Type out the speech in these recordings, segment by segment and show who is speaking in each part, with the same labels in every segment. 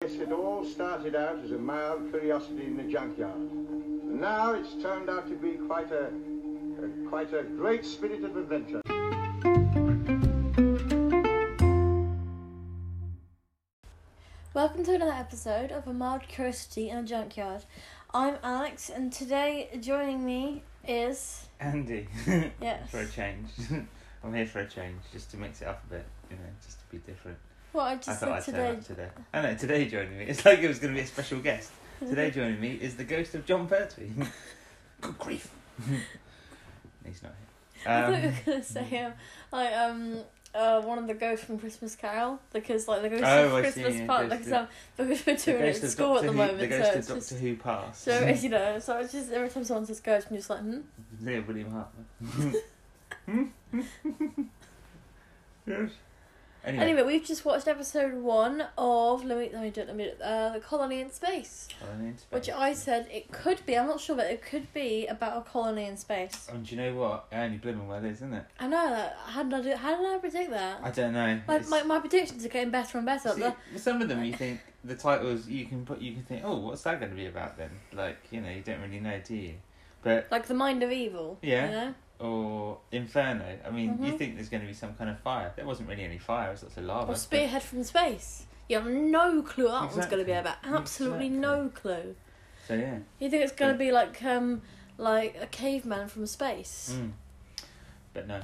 Speaker 1: it all started out as a mild curiosity in the junkyard. And now it's turned out to be quite a, a quite a great spirit of adventure.
Speaker 2: Welcome to another episode of A Mild Curiosity in a Junkyard. I'm Alex, and today joining me is.
Speaker 3: Andy.
Speaker 2: Yes.
Speaker 3: for a change. I'm here for a change, just to mix it up a bit, you know, just to be different.
Speaker 2: What I
Speaker 3: I
Speaker 2: just
Speaker 3: thought I'd
Speaker 2: said
Speaker 3: turn
Speaker 2: today.
Speaker 3: up today. I know, today joining me, it's like it was going to be a special guest. Today joining me is the ghost of John Pertwee. Good grief. He's not here.
Speaker 2: I thought you
Speaker 3: Um,
Speaker 2: were going to say, um, like, um, uh, one of the ghosts from Christmas Carol, because, like, the ghost
Speaker 3: Oh,
Speaker 2: of
Speaker 3: I see,
Speaker 2: Christmas
Speaker 3: yeah,
Speaker 2: Part,
Speaker 3: ghost
Speaker 2: because,
Speaker 3: of-
Speaker 2: um, because we're
Speaker 3: the
Speaker 2: doing it
Speaker 3: ghost
Speaker 2: at
Speaker 3: of
Speaker 2: school at
Speaker 3: Doctor
Speaker 2: the
Speaker 3: Who-
Speaker 2: moment,
Speaker 3: The
Speaker 2: so
Speaker 3: ghost of
Speaker 2: it's
Speaker 3: Doctor
Speaker 2: just.
Speaker 3: Who passed. Hmm.
Speaker 2: So, it's, you know, so it's just every time someone says ghost, I'm just like, hmm?
Speaker 3: Yeah, William Hartman. yes. Anyway.
Speaker 2: Anyway, we've just watched episode one of let me let me do it, let me do it, uh, the colony in space,
Speaker 3: Colony in
Speaker 2: which
Speaker 3: space.
Speaker 2: I said it could be. I'm not sure, but it could be about a colony in space.
Speaker 3: Oh, And do you know what? It only blooming well is, isn't it?
Speaker 2: I know that. How did I do? How did I predict that?
Speaker 3: I don't know.
Speaker 2: my,
Speaker 3: It's-
Speaker 2: my my predictions are getting better and better.
Speaker 3: See,
Speaker 2: The-
Speaker 3: with some of them you think the titles you can put you can think oh what's that going to be about then like you know you don't really know do you but
Speaker 2: like the mind of evil.
Speaker 3: Yeah.
Speaker 2: You know?
Speaker 3: or inferno I mean you
Speaker 2: Mhm.
Speaker 3: think there's going to be some kind of fire there wasn't really any fire it was lots of
Speaker 2: Or
Speaker 3: lava but-
Speaker 2: spearhead from space. You have no clue what that one's going to be about.
Speaker 3: Exactly.
Speaker 2: Absolutely no clue.
Speaker 3: so yeah
Speaker 2: You think it's going to be like um like a caveman from space?
Speaker 3: mm. but no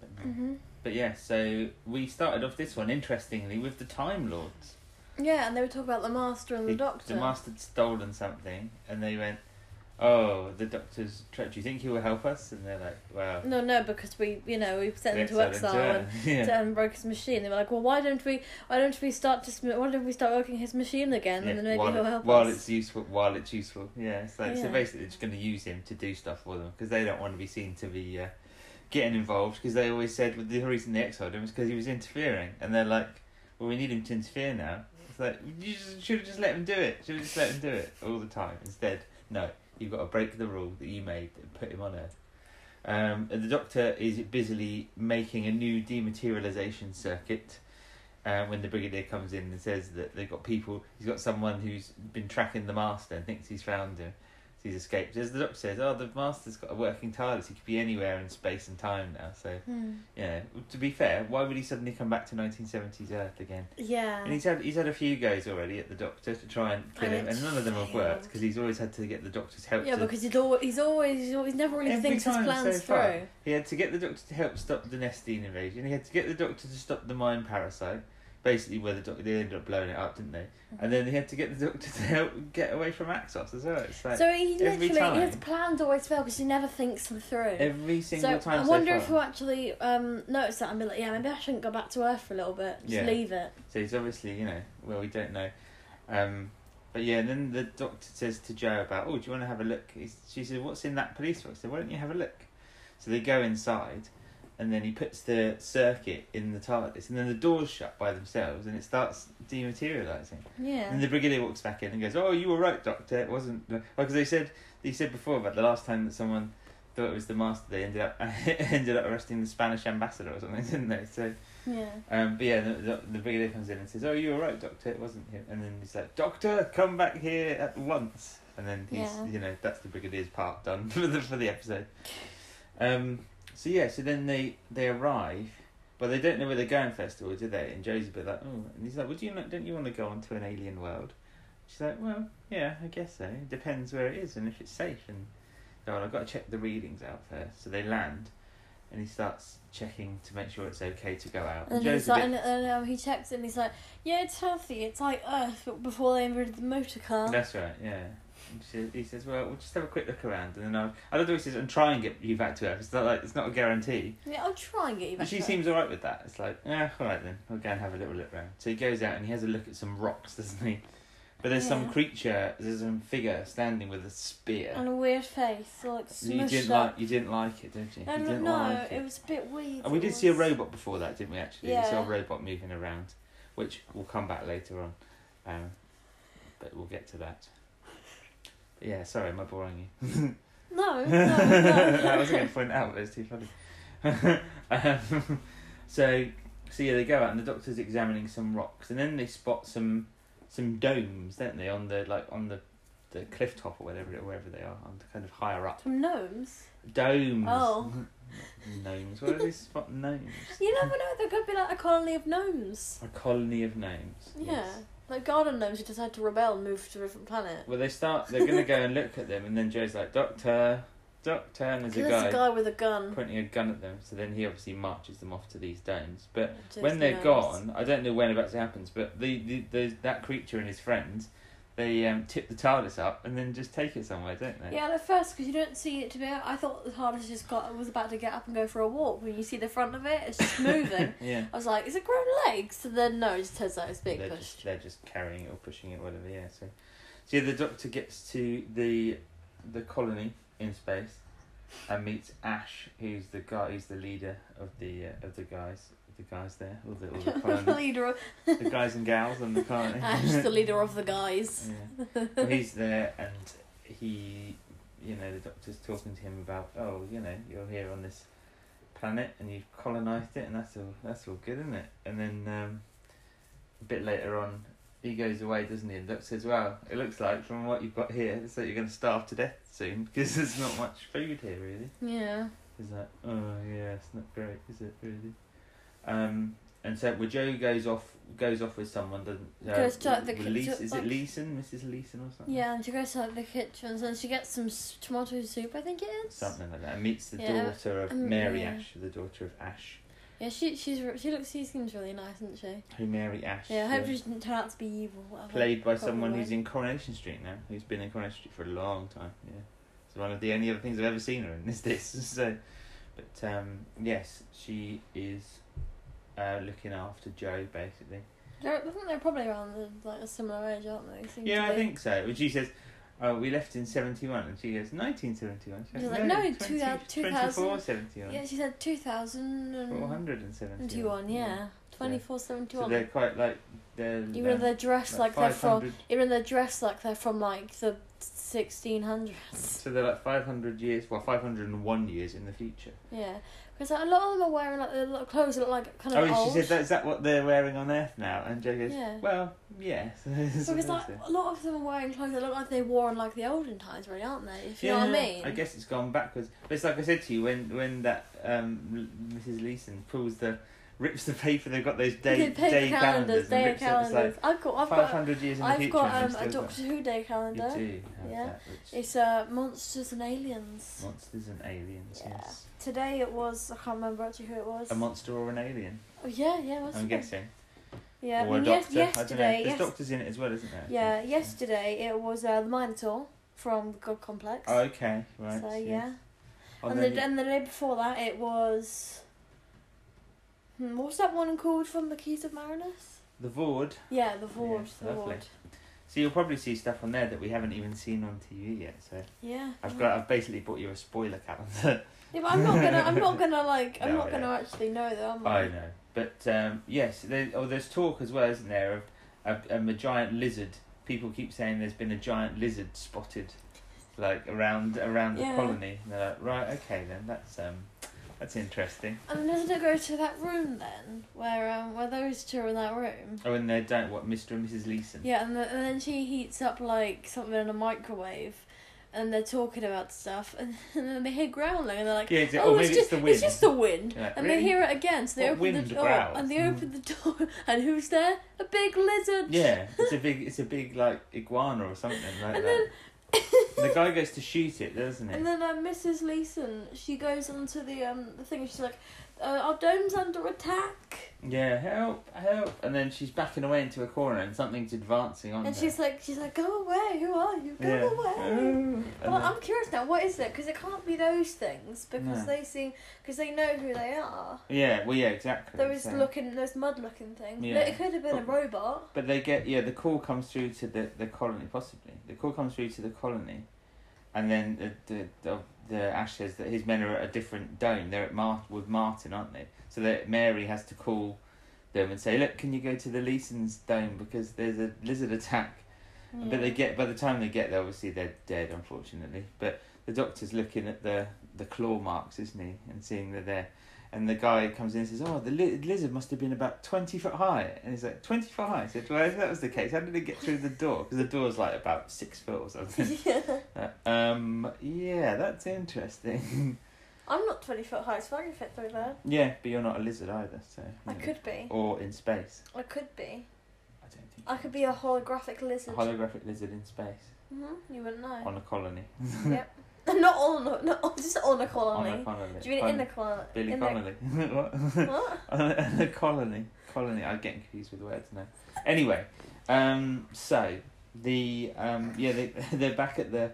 Speaker 3: but no
Speaker 2: hmm
Speaker 3: but yeah so we started off this one interestingly with the Time Lords
Speaker 2: Yeah, and they were talking about the master and the, doctor.
Speaker 3: master had stolen something and they went oh the doctor's tra- do you think he will help us and they're like well
Speaker 2: No, no, because we, you know, we sent
Speaker 3: we
Speaker 2: him to
Speaker 3: exiled him to
Speaker 2: exile and,
Speaker 3: Earth. yeah.
Speaker 2: to- and broke his machine. They were like, well, why don't we, why don't we start just, why don't we start working his machine again, and then maybe
Speaker 3: while,
Speaker 2: he'll
Speaker 3: it-
Speaker 2: help
Speaker 3: while
Speaker 2: us.
Speaker 3: it's useful, while it's useful, yeah. So,
Speaker 2: Yeah.
Speaker 3: so basically, it's going to use him to do stuff for them because they don't want to be seen to be uh, getting involved. Because they always said well, the reason they exiled him was because he was interfering, and they're like, "Well, we need him to interfere now." It's like you should have just let him do it. Should have just let him do it all the time. Instead, no, you've got to break the rule that you made and put him on Earth. Um, and the Doctor is busily making a new dematerialization circuit uh, when the brigadier comes in and says that they've got people, he's got someone who's been tracking the master and thinks he's found him, so he's escaped. As the doctor says, oh, the master's got a working TARDIS, he could be anywhere in space and time now. So,
Speaker 2: Hmm.
Speaker 3: yeah, to be fair, why would he suddenly come back to 1970s Earth again?
Speaker 2: Yeah.
Speaker 3: And he's had, he's had a few goes already at the doctor to try and kill
Speaker 2: And
Speaker 3: him, and
Speaker 2: it's
Speaker 3: none of them have worked
Speaker 2: failed.
Speaker 3: because he's always had to get the doctor's help
Speaker 2: yeah,
Speaker 3: to
Speaker 2: because he's always, he's always, he's always never really
Speaker 3: Every
Speaker 2: thinks his
Speaker 3: time
Speaker 2: plans
Speaker 3: so far.
Speaker 2: through.
Speaker 3: He had to get the doctor to help stop the Nestine invasion. He had to get the doctor to stop the mine parasite. Basically, where the doctor they ended up blowing it up, didn't they? And then he had to get the doctor to help get away from Axos as well. It's like
Speaker 2: so he
Speaker 3: every
Speaker 2: literally, his
Speaker 3: time.
Speaker 2: plans always fail because he never thinks them through.
Speaker 3: every
Speaker 2: so
Speaker 3: single time.
Speaker 2: I wonder
Speaker 3: so
Speaker 2: if
Speaker 3: far.
Speaker 2: he'll actually um, notice that and be like, yeah, maybe I shouldn't go back to Earth for a little bit. Just
Speaker 3: Yeah.
Speaker 2: leave it.
Speaker 3: So he's obviously, you know, well, we don't know. Um, but yeah, and then the doctor says to Joe about, oh, do you want to have a look? He's, she said, what's in that police box? He said, why don't you have a look? So they go inside, and then he puts the circuit in the TARDIS, and then the doors shut by themselves, and it starts dematerializing.
Speaker 2: Yeah.
Speaker 3: And the brigadier walks back in and goes, "Oh, you were right, Doctor. It wasn't because they said they said before about the last time that someone thought it was the master. They ended up ended up arresting the Spanish ambassador or something, didn't they? So
Speaker 2: yeah.
Speaker 3: um, but yeah, the, the, the brigadier comes in and says, "Oh, you were right, Doctor. It wasn't him." And then he's like, "Doctor, come back here at once." And then he's,
Speaker 2: Yeah.
Speaker 3: you know, that's the brigadier's part done for the for the episode. Um. So yeah, so then they they arrive, but they don't know where they're going first of all, do they? And Joe's a bit like, "Oh," and he's like, "Well, do you not, don't you want to go onto an alien world?" She's like, "Well, yeah, I guess so. Depends where it is and if it's safe." And they're like, "I've got to check the readings out first. So they land. And he starts checking to make sure it's okay to go out.
Speaker 2: And
Speaker 3: Joe's
Speaker 2: he's
Speaker 3: a
Speaker 2: like,
Speaker 3: bit-
Speaker 2: and, and um, he checks it and he's like, yeah, it's healthy. It's like Earth, but before they invented the motor car.
Speaker 3: That's right, yeah. And she- He says, "Well, we'll just have a quick look around, and then I'll." I love the way he says, "And try and get you back to Earth." It's not like it's not a guarantee.
Speaker 2: Yeah, I'll try and get you
Speaker 3: But
Speaker 2: back.
Speaker 3: she
Speaker 2: to
Speaker 3: seems all right with that. It's like, yeah, all right then. We'll go and have a little look round. So he goes out and he has a look at some rocks, doesn't he? But there's some
Speaker 2: Yeah.
Speaker 3: creature, there's some figure standing with a spear.
Speaker 2: Earth. And a weird face, all, like
Speaker 3: you
Speaker 2: smushed
Speaker 3: didn't
Speaker 2: up.
Speaker 3: like, you didn't like it, did you?
Speaker 2: No,
Speaker 3: you
Speaker 2: no,
Speaker 3: didn't
Speaker 2: Um, no,
Speaker 3: like
Speaker 2: it was a bit weird.
Speaker 3: and we
Speaker 2: it
Speaker 3: did see a
Speaker 2: was.
Speaker 3: robot before that, didn't we? Actually, we saw
Speaker 2: Yeah.
Speaker 3: a robot moving around, which will come back later on, um, but we'll get to that. But yeah, sorry, am I boring you?
Speaker 2: No, no,
Speaker 3: I
Speaker 2: no.
Speaker 3: was going to point it out, but it's too funny. um, so, so yeah, they go out and the doctor's examining some rocks, and then they spot some some domes, don't they, on the like on the the cliff top or whatever wherever they are, on the kind of higher up
Speaker 2: From gnomes.
Speaker 3: domes.
Speaker 2: Oh.
Speaker 3: gnomes. What are these spot gnomes?
Speaker 2: You never know, there could be like a colony of gnomes.
Speaker 3: A colony of gnomes.
Speaker 2: Yeah.
Speaker 3: yes.
Speaker 2: Like garden gnomes who decide to rebel and move to a different planet.
Speaker 3: Well, they start. They're gonna go and look at them, and then Joe's like, "Doctor, doctor," and there's
Speaker 2: There's
Speaker 3: a guy,
Speaker 2: a guy with a gun.
Speaker 3: pointing a gun at them. So then he obviously marches them off to these domes. But
Speaker 2: to
Speaker 3: when
Speaker 2: the gnomes.
Speaker 3: they're gone, I don't know when about it happens, but the, the, the that creature and his friends, they um, tip the TARDIS up and then just take it somewhere, don't they?
Speaker 2: Yeah, and at first, because you don't see it to be, I thought the TARDIS just got was about to get up and go for a walk. When you see the front of it, it's just moving.
Speaker 3: yeah.
Speaker 2: I was like, is it grown legs? And then no, it just turns out it's being
Speaker 3: they're
Speaker 2: pushed.
Speaker 3: just they're just carrying it or pushing it, whatever. Yeah. So, so yeah, the Doctor gets to the the colony in space and meets Ash, who's the guy, who's the leader of the uh, of the guys, the guys there, or the, or the
Speaker 2: the
Speaker 3: colony,
Speaker 2: leader, of,
Speaker 3: the guys and gals on the colony.
Speaker 2: Ash, the leader of the guys.
Speaker 3: Yeah. Well, he's there and he, you know, the doctor's talking to him about, oh, you know, you're here on this planet and you've colonized it and that's all that's all good, isn't it? And then um, a bit later on, he goes away, doesn't he? And the doctor says, well, it looks like from what you've got here, it's like you're going to starve to death soon because there's not much food here, really.
Speaker 2: Yeah.
Speaker 3: He's like, oh yeah, it's not great, is it really? Um, and so well, Joe goes off, goes off with someone, doesn't? Uh,
Speaker 2: Goes to, like, the
Speaker 3: with
Speaker 2: ki-
Speaker 3: Lees-
Speaker 2: to,
Speaker 3: is
Speaker 2: like-
Speaker 3: it Leeson, Mrs. Leeson or something?
Speaker 2: Yeah, and she goes to like, the kitchen and she gets some s- tomato soup, I think it is.
Speaker 3: Something like that. And meets the
Speaker 2: Yeah,
Speaker 3: daughter of
Speaker 2: um,
Speaker 3: Mary
Speaker 2: yeah.
Speaker 3: Ash, the daughter of Ash,
Speaker 2: Yeah, she she's re- she looks she seems really nice, doesn't she?
Speaker 3: who Mary Ash.
Speaker 2: Yeah, I hope
Speaker 3: uh,
Speaker 2: she doesn't turn out to be evil. Whatever.
Speaker 3: played by
Speaker 2: Probably
Speaker 3: someone
Speaker 2: won't.
Speaker 3: who's in Coronation Street now, who's been in Coronation Street for a long time. Yeah, it's one of the only other things I've ever seen her in. Is this so? But um, yes, she is uh, looking after Joe basically.
Speaker 2: They're, I think they're probably around the, like a similar age, aren't they? They seem to
Speaker 3: Yeah, I
Speaker 2: be.
Speaker 3: think so. But she says, "Oh, we left in '71," and she goes, "1971." She
Speaker 2: She's like, "No, two thou-
Speaker 3: 24,
Speaker 2: 2000."
Speaker 3: 71,
Speaker 2: Yeah, she said two thousand and
Speaker 3: 471."
Speaker 2: twenty-one. Yeah, twenty-four,
Speaker 3: So they're
Speaker 2: seventy-one.
Speaker 3: quite like they're
Speaker 2: Even though
Speaker 3: um,
Speaker 2: they're dressed like, they're from,
Speaker 3: 500
Speaker 2: even though they're dressed like they're from like the sixteen hundreds.
Speaker 3: So they're like 500 years, well, 501 years in the future.
Speaker 2: Yeah, because like, a lot of them are wearing like their little clothes that look like kind
Speaker 3: oh,
Speaker 2: of
Speaker 3: and
Speaker 2: old.
Speaker 3: she said, that, "Is that what they're wearing on Earth now?" And Joe goes,
Speaker 2: Yeah.
Speaker 3: "Well, yes." So
Speaker 2: because like
Speaker 3: that's it.
Speaker 2: a lot of them are wearing clothes that look like they wore in like the olden times, really, aren't they? If you know what I mean.
Speaker 3: I guess it's gone backwards. But it's like I said to you when when that um, L- Mrs. Leeson pulls the rips the paper they've got those day
Speaker 2: They paper
Speaker 3: day calendars,
Speaker 2: day
Speaker 3: and rips up,
Speaker 2: calendars. I've got, I've
Speaker 3: it's like five
Speaker 2: got,
Speaker 3: hundred years in the
Speaker 2: I've
Speaker 3: future.
Speaker 2: got
Speaker 3: and
Speaker 2: um,
Speaker 3: they've
Speaker 2: a
Speaker 3: still
Speaker 2: Doctor Who Day
Speaker 3: You
Speaker 2: calendar.
Speaker 3: do have
Speaker 2: Yeah.
Speaker 3: that, which
Speaker 2: It's uh, monsters and aliens.
Speaker 3: monsters and aliens.
Speaker 2: Yeah.
Speaker 3: Yes,
Speaker 2: Today it was I can't remember actually who it was.
Speaker 3: a monster or an alien.
Speaker 2: oh yeah, yeah, it was.
Speaker 3: I'm
Speaker 2: today.
Speaker 3: guessing.
Speaker 2: Yeah,
Speaker 3: or
Speaker 2: I mean,
Speaker 3: a doctor.
Speaker 2: yes,
Speaker 3: I don't know.
Speaker 2: yesterday,
Speaker 3: There's
Speaker 2: yes,
Speaker 3: doctors in it as well, isn't there?
Speaker 2: yeah, yesterday it was uh, the Minotaur from the God Complex.
Speaker 3: Oh, okay. Right.
Speaker 2: so
Speaker 3: yes.
Speaker 2: yeah,
Speaker 3: Oh,
Speaker 2: and
Speaker 3: then
Speaker 2: the
Speaker 3: it-
Speaker 2: and the day before that it was. Hmm, what was that one called from the Keys of Marinus?
Speaker 3: the Vord.
Speaker 2: Yeah, the Vord.
Speaker 3: Yes,
Speaker 2: the
Speaker 3: lovely.
Speaker 2: Vord.
Speaker 3: So you'll probably see stuff on there that we haven't even seen on TV yet. So.
Speaker 2: Yeah.
Speaker 3: I've got. I've basically bought you a spoiler calendar.
Speaker 2: Yeah, but I'm not gonna. I'm not gonna like. I'm
Speaker 3: No,
Speaker 2: not gonna
Speaker 3: yeah.
Speaker 2: actually know though. Am I?
Speaker 3: I know, but um, yes, there, oh, there's talk as well, isn't there, of a, um, a giant lizard. People keep saying there's been a giant lizard spotted, like around around the
Speaker 2: Yeah.
Speaker 3: colony. And they're like, right, okay, then that's um, that's interesting.
Speaker 2: And doesn't it go to that room then, where um, where those two are in that room?
Speaker 3: Oh, and they're down what Mr. and Mrs. Leeson.
Speaker 2: Yeah, and, the, and then she heats up like something in a microwave, and they're talking about stuff, and, and then they hear growling, and they're like,
Speaker 3: Yeah, it's-
Speaker 2: "Oh,
Speaker 3: or
Speaker 2: it's
Speaker 3: maybe it's
Speaker 2: just
Speaker 3: the wind.
Speaker 2: it's just the wind,"
Speaker 3: You're like,
Speaker 2: and
Speaker 3: "Really?"
Speaker 2: they hear it again. So they
Speaker 3: What
Speaker 2: open
Speaker 3: wind
Speaker 2: the door,
Speaker 3: growls? Hmm.
Speaker 2: and they open the door, and who's there? A big lizard.
Speaker 3: Yeah, it's a big, it's a big like iguana or something like
Speaker 2: And
Speaker 3: that. the guy goes to shoot it, doesn't
Speaker 2: And
Speaker 3: it?
Speaker 2: then uh, Mrs. Leeson, she goes onto the um the thing, and she's like, uh, "Our dome's under attack,"
Speaker 3: Yeah, help, help! And then she's backing away into a corner, and something's advancing on
Speaker 2: and
Speaker 3: her.
Speaker 2: she's like, "She's like, go away, who are you? Go
Speaker 3: Oh, yeah.
Speaker 2: away."
Speaker 3: And
Speaker 2: Well,
Speaker 3: then-
Speaker 2: I'm curious now. What is it? Because it can't be those things because
Speaker 3: No.
Speaker 2: they seem because they know who they are.
Speaker 3: Yeah, well, yeah, exactly.
Speaker 2: There was
Speaker 3: so-
Speaker 2: looking, there's mud looking things.
Speaker 3: Yeah.
Speaker 2: But it could have been a
Speaker 3: But-
Speaker 2: robot.
Speaker 3: But they get yeah. The call comes through to the, the colony possibly. The call comes through to the colony, and then the the the, the Ash says that his men are at a different dome. They're at Mar- with Martin, aren't they? So that Mary has to call them and say, look, can you go to the Leeson's dome because there's a lizard attack.
Speaker 2: Mm.
Speaker 3: But
Speaker 2: Hmm.
Speaker 3: they get by the time they get there, obviously they're dead, unfortunately. But the doctor's looking at the the claw marks, isn't he, and seeing that they're And the guy comes in and says, "Oh, the li- lizard must have been about twenty foot high." And he's like, 20 foot high." I said, "Well, if that was the case, how did it get through the door? Because the door's like about six foot or something." Uh, um, yeah, that's interesting.
Speaker 2: I'm not 20 foot high, so I can fit through there.
Speaker 3: yeah, but you're not a lizard either, so.
Speaker 2: I
Speaker 3: you know.
Speaker 2: could be.
Speaker 3: Or in space.
Speaker 2: I could be.
Speaker 3: I don't think.
Speaker 2: I could be a holographic lizard.
Speaker 3: holographic lizard in space
Speaker 2: hmm You wouldn't know.
Speaker 3: on a colony.
Speaker 2: yep. not on, a- not on, just on a colony.
Speaker 3: On a colony.
Speaker 2: Do you mean in
Speaker 3: Con-
Speaker 2: the colony?
Speaker 3: Billy
Speaker 2: in
Speaker 3: Connolly.
Speaker 2: The,
Speaker 3: what?
Speaker 2: what?
Speaker 3: on a colony. Colony. I'm getting confused with words now. Anyway, um, so the um, yeah they they're back at the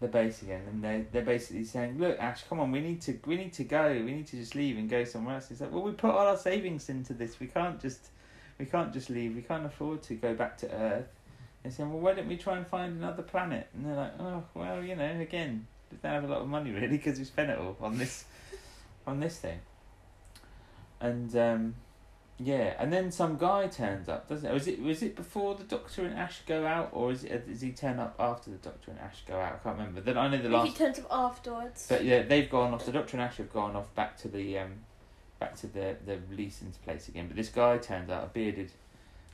Speaker 3: the base again, and they they're basically saying, look, Ash, come on, we need to we need to go, we need to just leave and go somewhere else. He's like, well, we put all our savings into this, we can't just we can't just leave, we can't afford to go back to Earth. They're saying, well, why don't we try and find another planet? And they're like, oh, well, you know, again, we don't have a lot of money really because we spent it all on this on this thing. And um, yeah, and then some guy turns up, doesn't it? Was it was it before the Doctor and Ash go out, or is it does he turn up after the Doctor and Ash go out? I can't remember. Then I know the
Speaker 2: If he
Speaker 3: last,
Speaker 2: turns up afterwards.
Speaker 3: but yeah, they've gone off. The Doctor and Ash have gone off back to the um, back to the the Leeson's place again. But this guy turns out, a bearded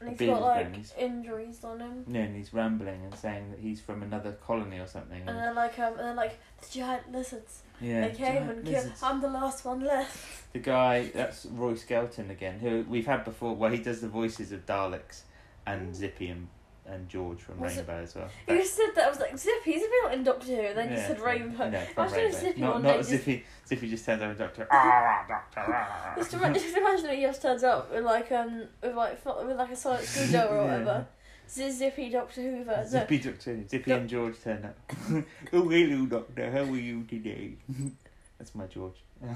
Speaker 2: and he's
Speaker 3: beard
Speaker 2: got
Speaker 3: is
Speaker 2: like
Speaker 3: gone.
Speaker 2: injuries on him.
Speaker 3: no, and he's rambling and saying that he's from another colony or something.
Speaker 2: And
Speaker 3: And,
Speaker 2: they're like, um, and they're like, the giant lizards.
Speaker 3: yeah,
Speaker 2: they came
Speaker 3: giant
Speaker 2: and killed.
Speaker 3: lizards.
Speaker 2: I'm the last one left.
Speaker 3: The guy that's Roy Skelton again, who we've had before, where he does the voices of Daleks and Zippy and and George from
Speaker 2: Was it-
Speaker 3: Rainbow as well.
Speaker 2: You said that. I was like, Zippy, he's a bit in Doctor Who. Then you
Speaker 3: Yeah,
Speaker 2: said
Speaker 3: so-
Speaker 2: Rainbow.
Speaker 3: No, from
Speaker 2: was doing
Speaker 3: Rainbow.
Speaker 2: Zippy
Speaker 3: not
Speaker 2: one
Speaker 3: not
Speaker 2: day, just-
Speaker 3: Zippy. Zippy just turns over to Doctor. Ah, Doctor. ah."
Speaker 2: Just, ima- just imagine that he just turns up with like um with like fo- with like a sonic screwdriver or
Speaker 3: Yeah.
Speaker 2: whatever. Z- Zippy Doctor Hoover. So,
Speaker 3: Zippy Doctor. Zippy
Speaker 2: No.
Speaker 3: and George turn up. oh hello, Doctor. How are you today? that's my George.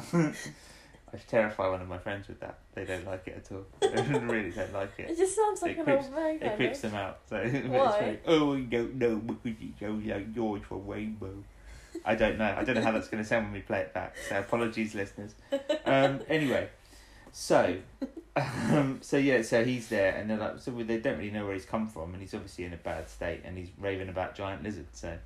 Speaker 3: I terrify one of my friends with that. They don't like it at all. They really don't like it.
Speaker 2: it just sounds like
Speaker 3: It
Speaker 2: an
Speaker 3: creeps-
Speaker 2: old man.
Speaker 3: It
Speaker 2: kind
Speaker 3: creeps
Speaker 2: of.
Speaker 3: them out. So but it's
Speaker 2: Why?
Speaker 3: very, oh, I don't know because it sounds like George from Rainbow. I don't know. I don't know how that's going to sound when we play it back. So apologies, listeners. Um, anyway, so um, so yeah, so he's there, and they're like, so they don't really know where he's come from, and he's obviously in a bad state, and he's raving about giant lizards. So,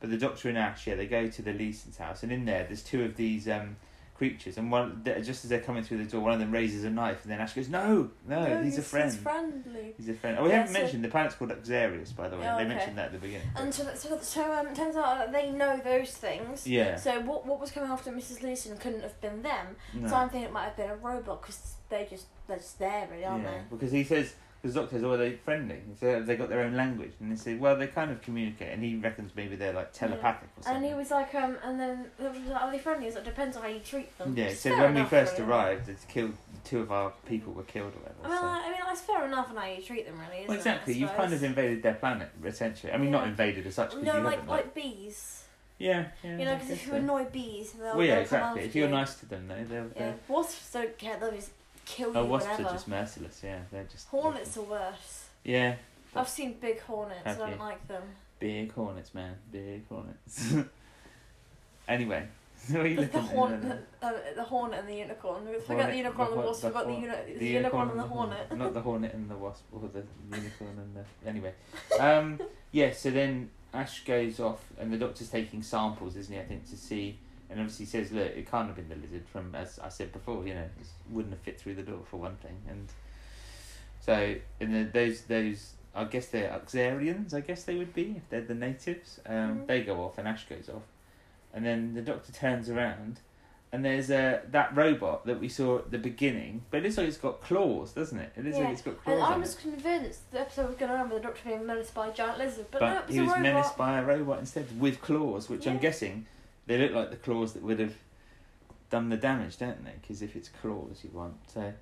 Speaker 3: but the Doctor and Ash, yeah, they go to the Leeson's house, and in there, there's two of these. Um, creatures and one they're- just as they're coming through the door one of them raises a knife and then ash goes no no, he's a
Speaker 2: he's-
Speaker 3: friend
Speaker 2: He's friendly.
Speaker 3: He's a friend. Oh, we
Speaker 2: Yeah,
Speaker 3: haven't
Speaker 2: so-
Speaker 3: mentioned the planet's called Xerius, by the way.
Speaker 2: Oh,
Speaker 3: they
Speaker 2: okay.
Speaker 3: mentioned that at the beginning.
Speaker 2: And so, that- so, so um, it turns out that they know those things.
Speaker 3: yeah.
Speaker 2: So what what was coming after Mrs. Leeson couldn't have been them.
Speaker 3: no.
Speaker 2: So I'm thinking it might have been a robot because they just they're just there really, aren't
Speaker 3: yeah. Because he says, because Doctor says, oh, are they friendly? He said, have they got their own language? And they say, well, they kind of communicate. And he reckons maybe they're like telepathic or
Speaker 2: they? And
Speaker 3: something.
Speaker 2: he was like, um, and then there was like, are they friendly? It depends on how you treat them.
Speaker 3: yeah,
Speaker 2: It's
Speaker 3: so
Speaker 2: fair
Speaker 3: when we
Speaker 2: enough,
Speaker 3: first
Speaker 2: really.
Speaker 3: arrived, it's killed, two of our people were killed or whatever.
Speaker 2: I mean,
Speaker 3: so.
Speaker 2: I, I mean, that's fair enough on how you treat them, really. Isn't
Speaker 3: Well,
Speaker 2: it, I
Speaker 3: exactly. You've kind of
Speaker 2: suppose?
Speaker 3: invaded their planet, essentially. I mean, not
Speaker 2: Yeah.
Speaker 3: invaded as such, because
Speaker 2: no,
Speaker 3: you
Speaker 2: like
Speaker 3: haven't. like-
Speaker 2: like bees.
Speaker 3: yeah, yeah.
Speaker 2: You know,
Speaker 3: I
Speaker 2: because
Speaker 3: guess
Speaker 2: if you
Speaker 3: so.
Speaker 2: annoy bees, they'll
Speaker 3: Well, yeah,
Speaker 2: they'll come
Speaker 3: exactly.
Speaker 2: after
Speaker 3: If you're
Speaker 2: you.
Speaker 3: nice to them, though, they'll.
Speaker 2: yeah,
Speaker 3: they'll-
Speaker 2: wasps don't care. They'll just kill you
Speaker 3: Oh, wasps are
Speaker 2: whenever.
Speaker 3: just merciless, yeah. They're just.
Speaker 2: Hornets are worse.
Speaker 3: Yeah,
Speaker 2: I've seen big hornets. I
Speaker 3: Have
Speaker 2: don't
Speaker 3: you?
Speaker 2: like them.
Speaker 3: Big hornets, man. Big hornets. anyway, what are you
Speaker 2: The,
Speaker 3: looking
Speaker 2: the
Speaker 3: at?
Speaker 2: horn, the, uh, the hornet and the unicorn. We forgot the
Speaker 3: Hornet-
Speaker 2: unicorn and the
Speaker 3: hor-
Speaker 2: wasp. Forgot the,
Speaker 3: hor-
Speaker 2: uni- the, unicorn and the
Speaker 3: horn-
Speaker 2: hornet.
Speaker 3: Not the hornet and the wasp, or the unicorn and the. Anyway. Um, yeah, so then Ash goes off, and the doctor's taking samples, isn't he? I think to see. And obviously says, look, it can't have been the lizard from, as I said before, you know, it wouldn't have fit through the door for one thing. And so, and then those, those, I guess they're Uxarians, I guess they would be, if they're the natives. Um,
Speaker 2: Mhm.
Speaker 3: They go off, and Ash goes off. And then the doctor turns around, and there's uh, that robot that we saw at the beginning, but it looks like it's got claws, doesn't it? It looks
Speaker 2: Yeah,
Speaker 3: like it's got claws.
Speaker 2: And I
Speaker 3: on
Speaker 2: was
Speaker 3: it.
Speaker 2: convinced the episode was going to end with the Doctor being menaced by a giant lizard, but,
Speaker 3: But
Speaker 2: no, it was
Speaker 3: he
Speaker 2: a
Speaker 3: was
Speaker 2: robot.
Speaker 3: menaced by a robot instead with claws, which I'm
Speaker 2: Yeah.
Speaker 3: guessing they look like the claws that would have done the damage, don't they? Because if it's claws, you want. So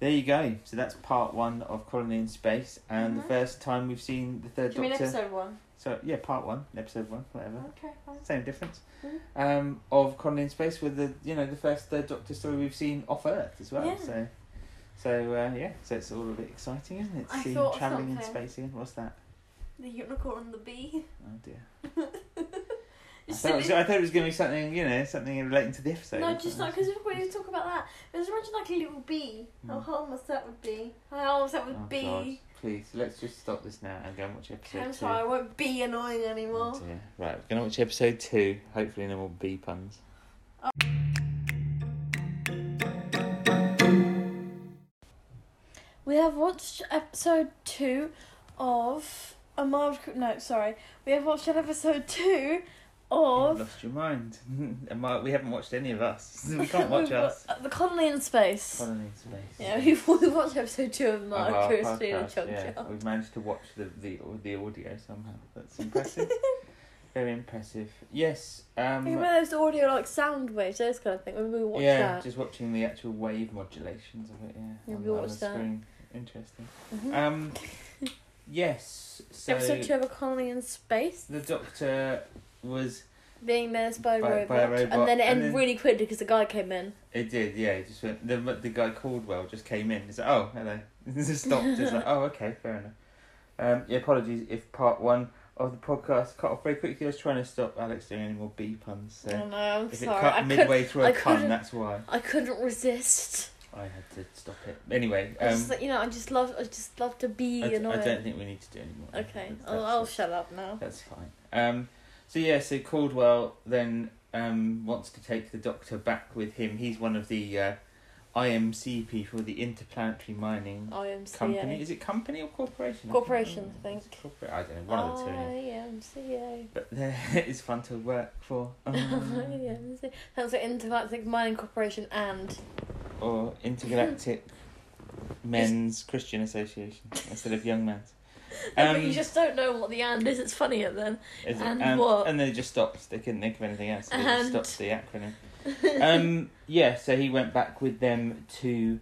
Speaker 3: there you go. So that's part one of Colony in Space, and the
Speaker 2: Mhm.
Speaker 3: first time we've seen the
Speaker 2: Do
Speaker 3: third
Speaker 2: you mean
Speaker 3: Doctor.
Speaker 2: episode one?
Speaker 3: So yeah, part one, episode one, whatever.
Speaker 2: Okay, fine.
Speaker 3: Same difference.
Speaker 2: Mhm.
Speaker 3: Um, of Colony in Space with the you know the first third Doctor story we've seen off Earth as well.
Speaker 2: Yeah.
Speaker 3: So, so uh, yeah, so it's all a bit exciting, isn't it?
Speaker 2: I
Speaker 3: Seeing
Speaker 2: thought of
Speaker 3: traveling in
Speaker 2: something.
Speaker 3: space again. What's that?
Speaker 2: The unicorn and the bee.
Speaker 3: Oh dear. I
Speaker 2: It's
Speaker 3: thought, it was,
Speaker 2: silly.
Speaker 3: I thought it was going to be something you know something relating to the episode.
Speaker 2: no,
Speaker 3: wasn't
Speaker 2: just
Speaker 3: it?
Speaker 2: not because we were talking about that. Just imagine like a little bee. How
Speaker 3: Mm.
Speaker 2: harmless that would be. How harmless that would
Speaker 3: Oh,
Speaker 2: be.
Speaker 3: God. Please, let's just stop this now and go and watch episode
Speaker 2: I'm
Speaker 3: two.
Speaker 2: sorry, I won't be annoying anymore.
Speaker 3: Oh, dear. Right, we're going to watch episode two. Hopefully, no more bee puns.
Speaker 2: we have watched episode two of a mild. Cr- No, sorry, we have watched episode two
Speaker 3: You've
Speaker 2: of
Speaker 3: lost your mind. And my- we haven't watched any of us. We can't watch us.
Speaker 2: uh, the Colony in Space.
Speaker 3: Colony in Space.
Speaker 2: Yeah, we've, we watched episode two of
Speaker 3: Of
Speaker 2: Mark
Speaker 3: our
Speaker 2: Christie and
Speaker 3: Uh-huh, podcast, yeah.
Speaker 2: Junkyard.
Speaker 3: We've managed to watch the, the the audio somehow. That's impressive. Very impressive. Yes. Um,
Speaker 2: Think about those audio like sound waves, those kind of thing. Maybe we watch
Speaker 3: yeah,
Speaker 2: that.
Speaker 3: just watching the actual wave modulations of it. Yeah,
Speaker 2: Yeah,
Speaker 3: on-
Speaker 2: we
Speaker 3: on
Speaker 2: watched
Speaker 3: the
Speaker 2: that.
Speaker 3: Screen. Interesting.
Speaker 2: Mhm.
Speaker 3: Um, yes. So
Speaker 2: episode two of a colony in space,
Speaker 3: the Doctor was.
Speaker 2: being menaced by a,
Speaker 3: By-
Speaker 2: robot.
Speaker 3: by a robot,
Speaker 2: and then it
Speaker 3: and
Speaker 2: ended
Speaker 3: then-
Speaker 2: really quickly because the guy came in.
Speaker 3: It did, yeah. It just went, the the guy Caldwell just came in. He's like, oh, hello. just stopped. It's like, oh, okay, fair enough. Um, yeah, apologies if part one of the podcast cut off very quickly. I was trying to stop Alex doing any more B puns. So
Speaker 2: oh no, I'm
Speaker 3: if
Speaker 2: sorry.
Speaker 3: it
Speaker 2: I
Speaker 3: cut
Speaker 2: could-
Speaker 3: midway through a
Speaker 2: I
Speaker 3: pun,
Speaker 2: couldn't-
Speaker 3: that's why
Speaker 2: I couldn't resist.
Speaker 3: I had to stop it. Anyway,
Speaker 2: I
Speaker 3: um,
Speaker 2: just, you know, I just love, I just love to be
Speaker 3: I, d- I
Speaker 2: annoying.
Speaker 3: don't think we need to do any more.
Speaker 2: okay,
Speaker 3: That's-
Speaker 2: I'll,
Speaker 3: that's
Speaker 2: I'll
Speaker 3: it.
Speaker 2: shut up now.
Speaker 3: That's fine. Um, so yeah, so Caldwell then um, wants to take the Doctor back with him. He's one of the uh, IMC people, the Interplanetary Mining
Speaker 2: IMCA.
Speaker 3: Company. Is it company or corporation? I can't
Speaker 2: Corporation,
Speaker 3: remember.
Speaker 2: I think.
Speaker 3: It's corporate. I don't know. One of the two.
Speaker 2: IMCA.
Speaker 3: But there, it's fun to work for. Um,
Speaker 2: IMCA. That's the Intergalactic Mining Corporation and
Speaker 3: or Intergalactic Men's Christian Association instead of Young Men's. Um,
Speaker 2: No, but you just don't know what the and is. It's funnier then.
Speaker 3: Is it? Um,
Speaker 2: And what?
Speaker 3: And they just stopped. They couldn't think of anything else. So they
Speaker 2: And-
Speaker 3: just stopped the acronym. um, yeah, so he went back with them to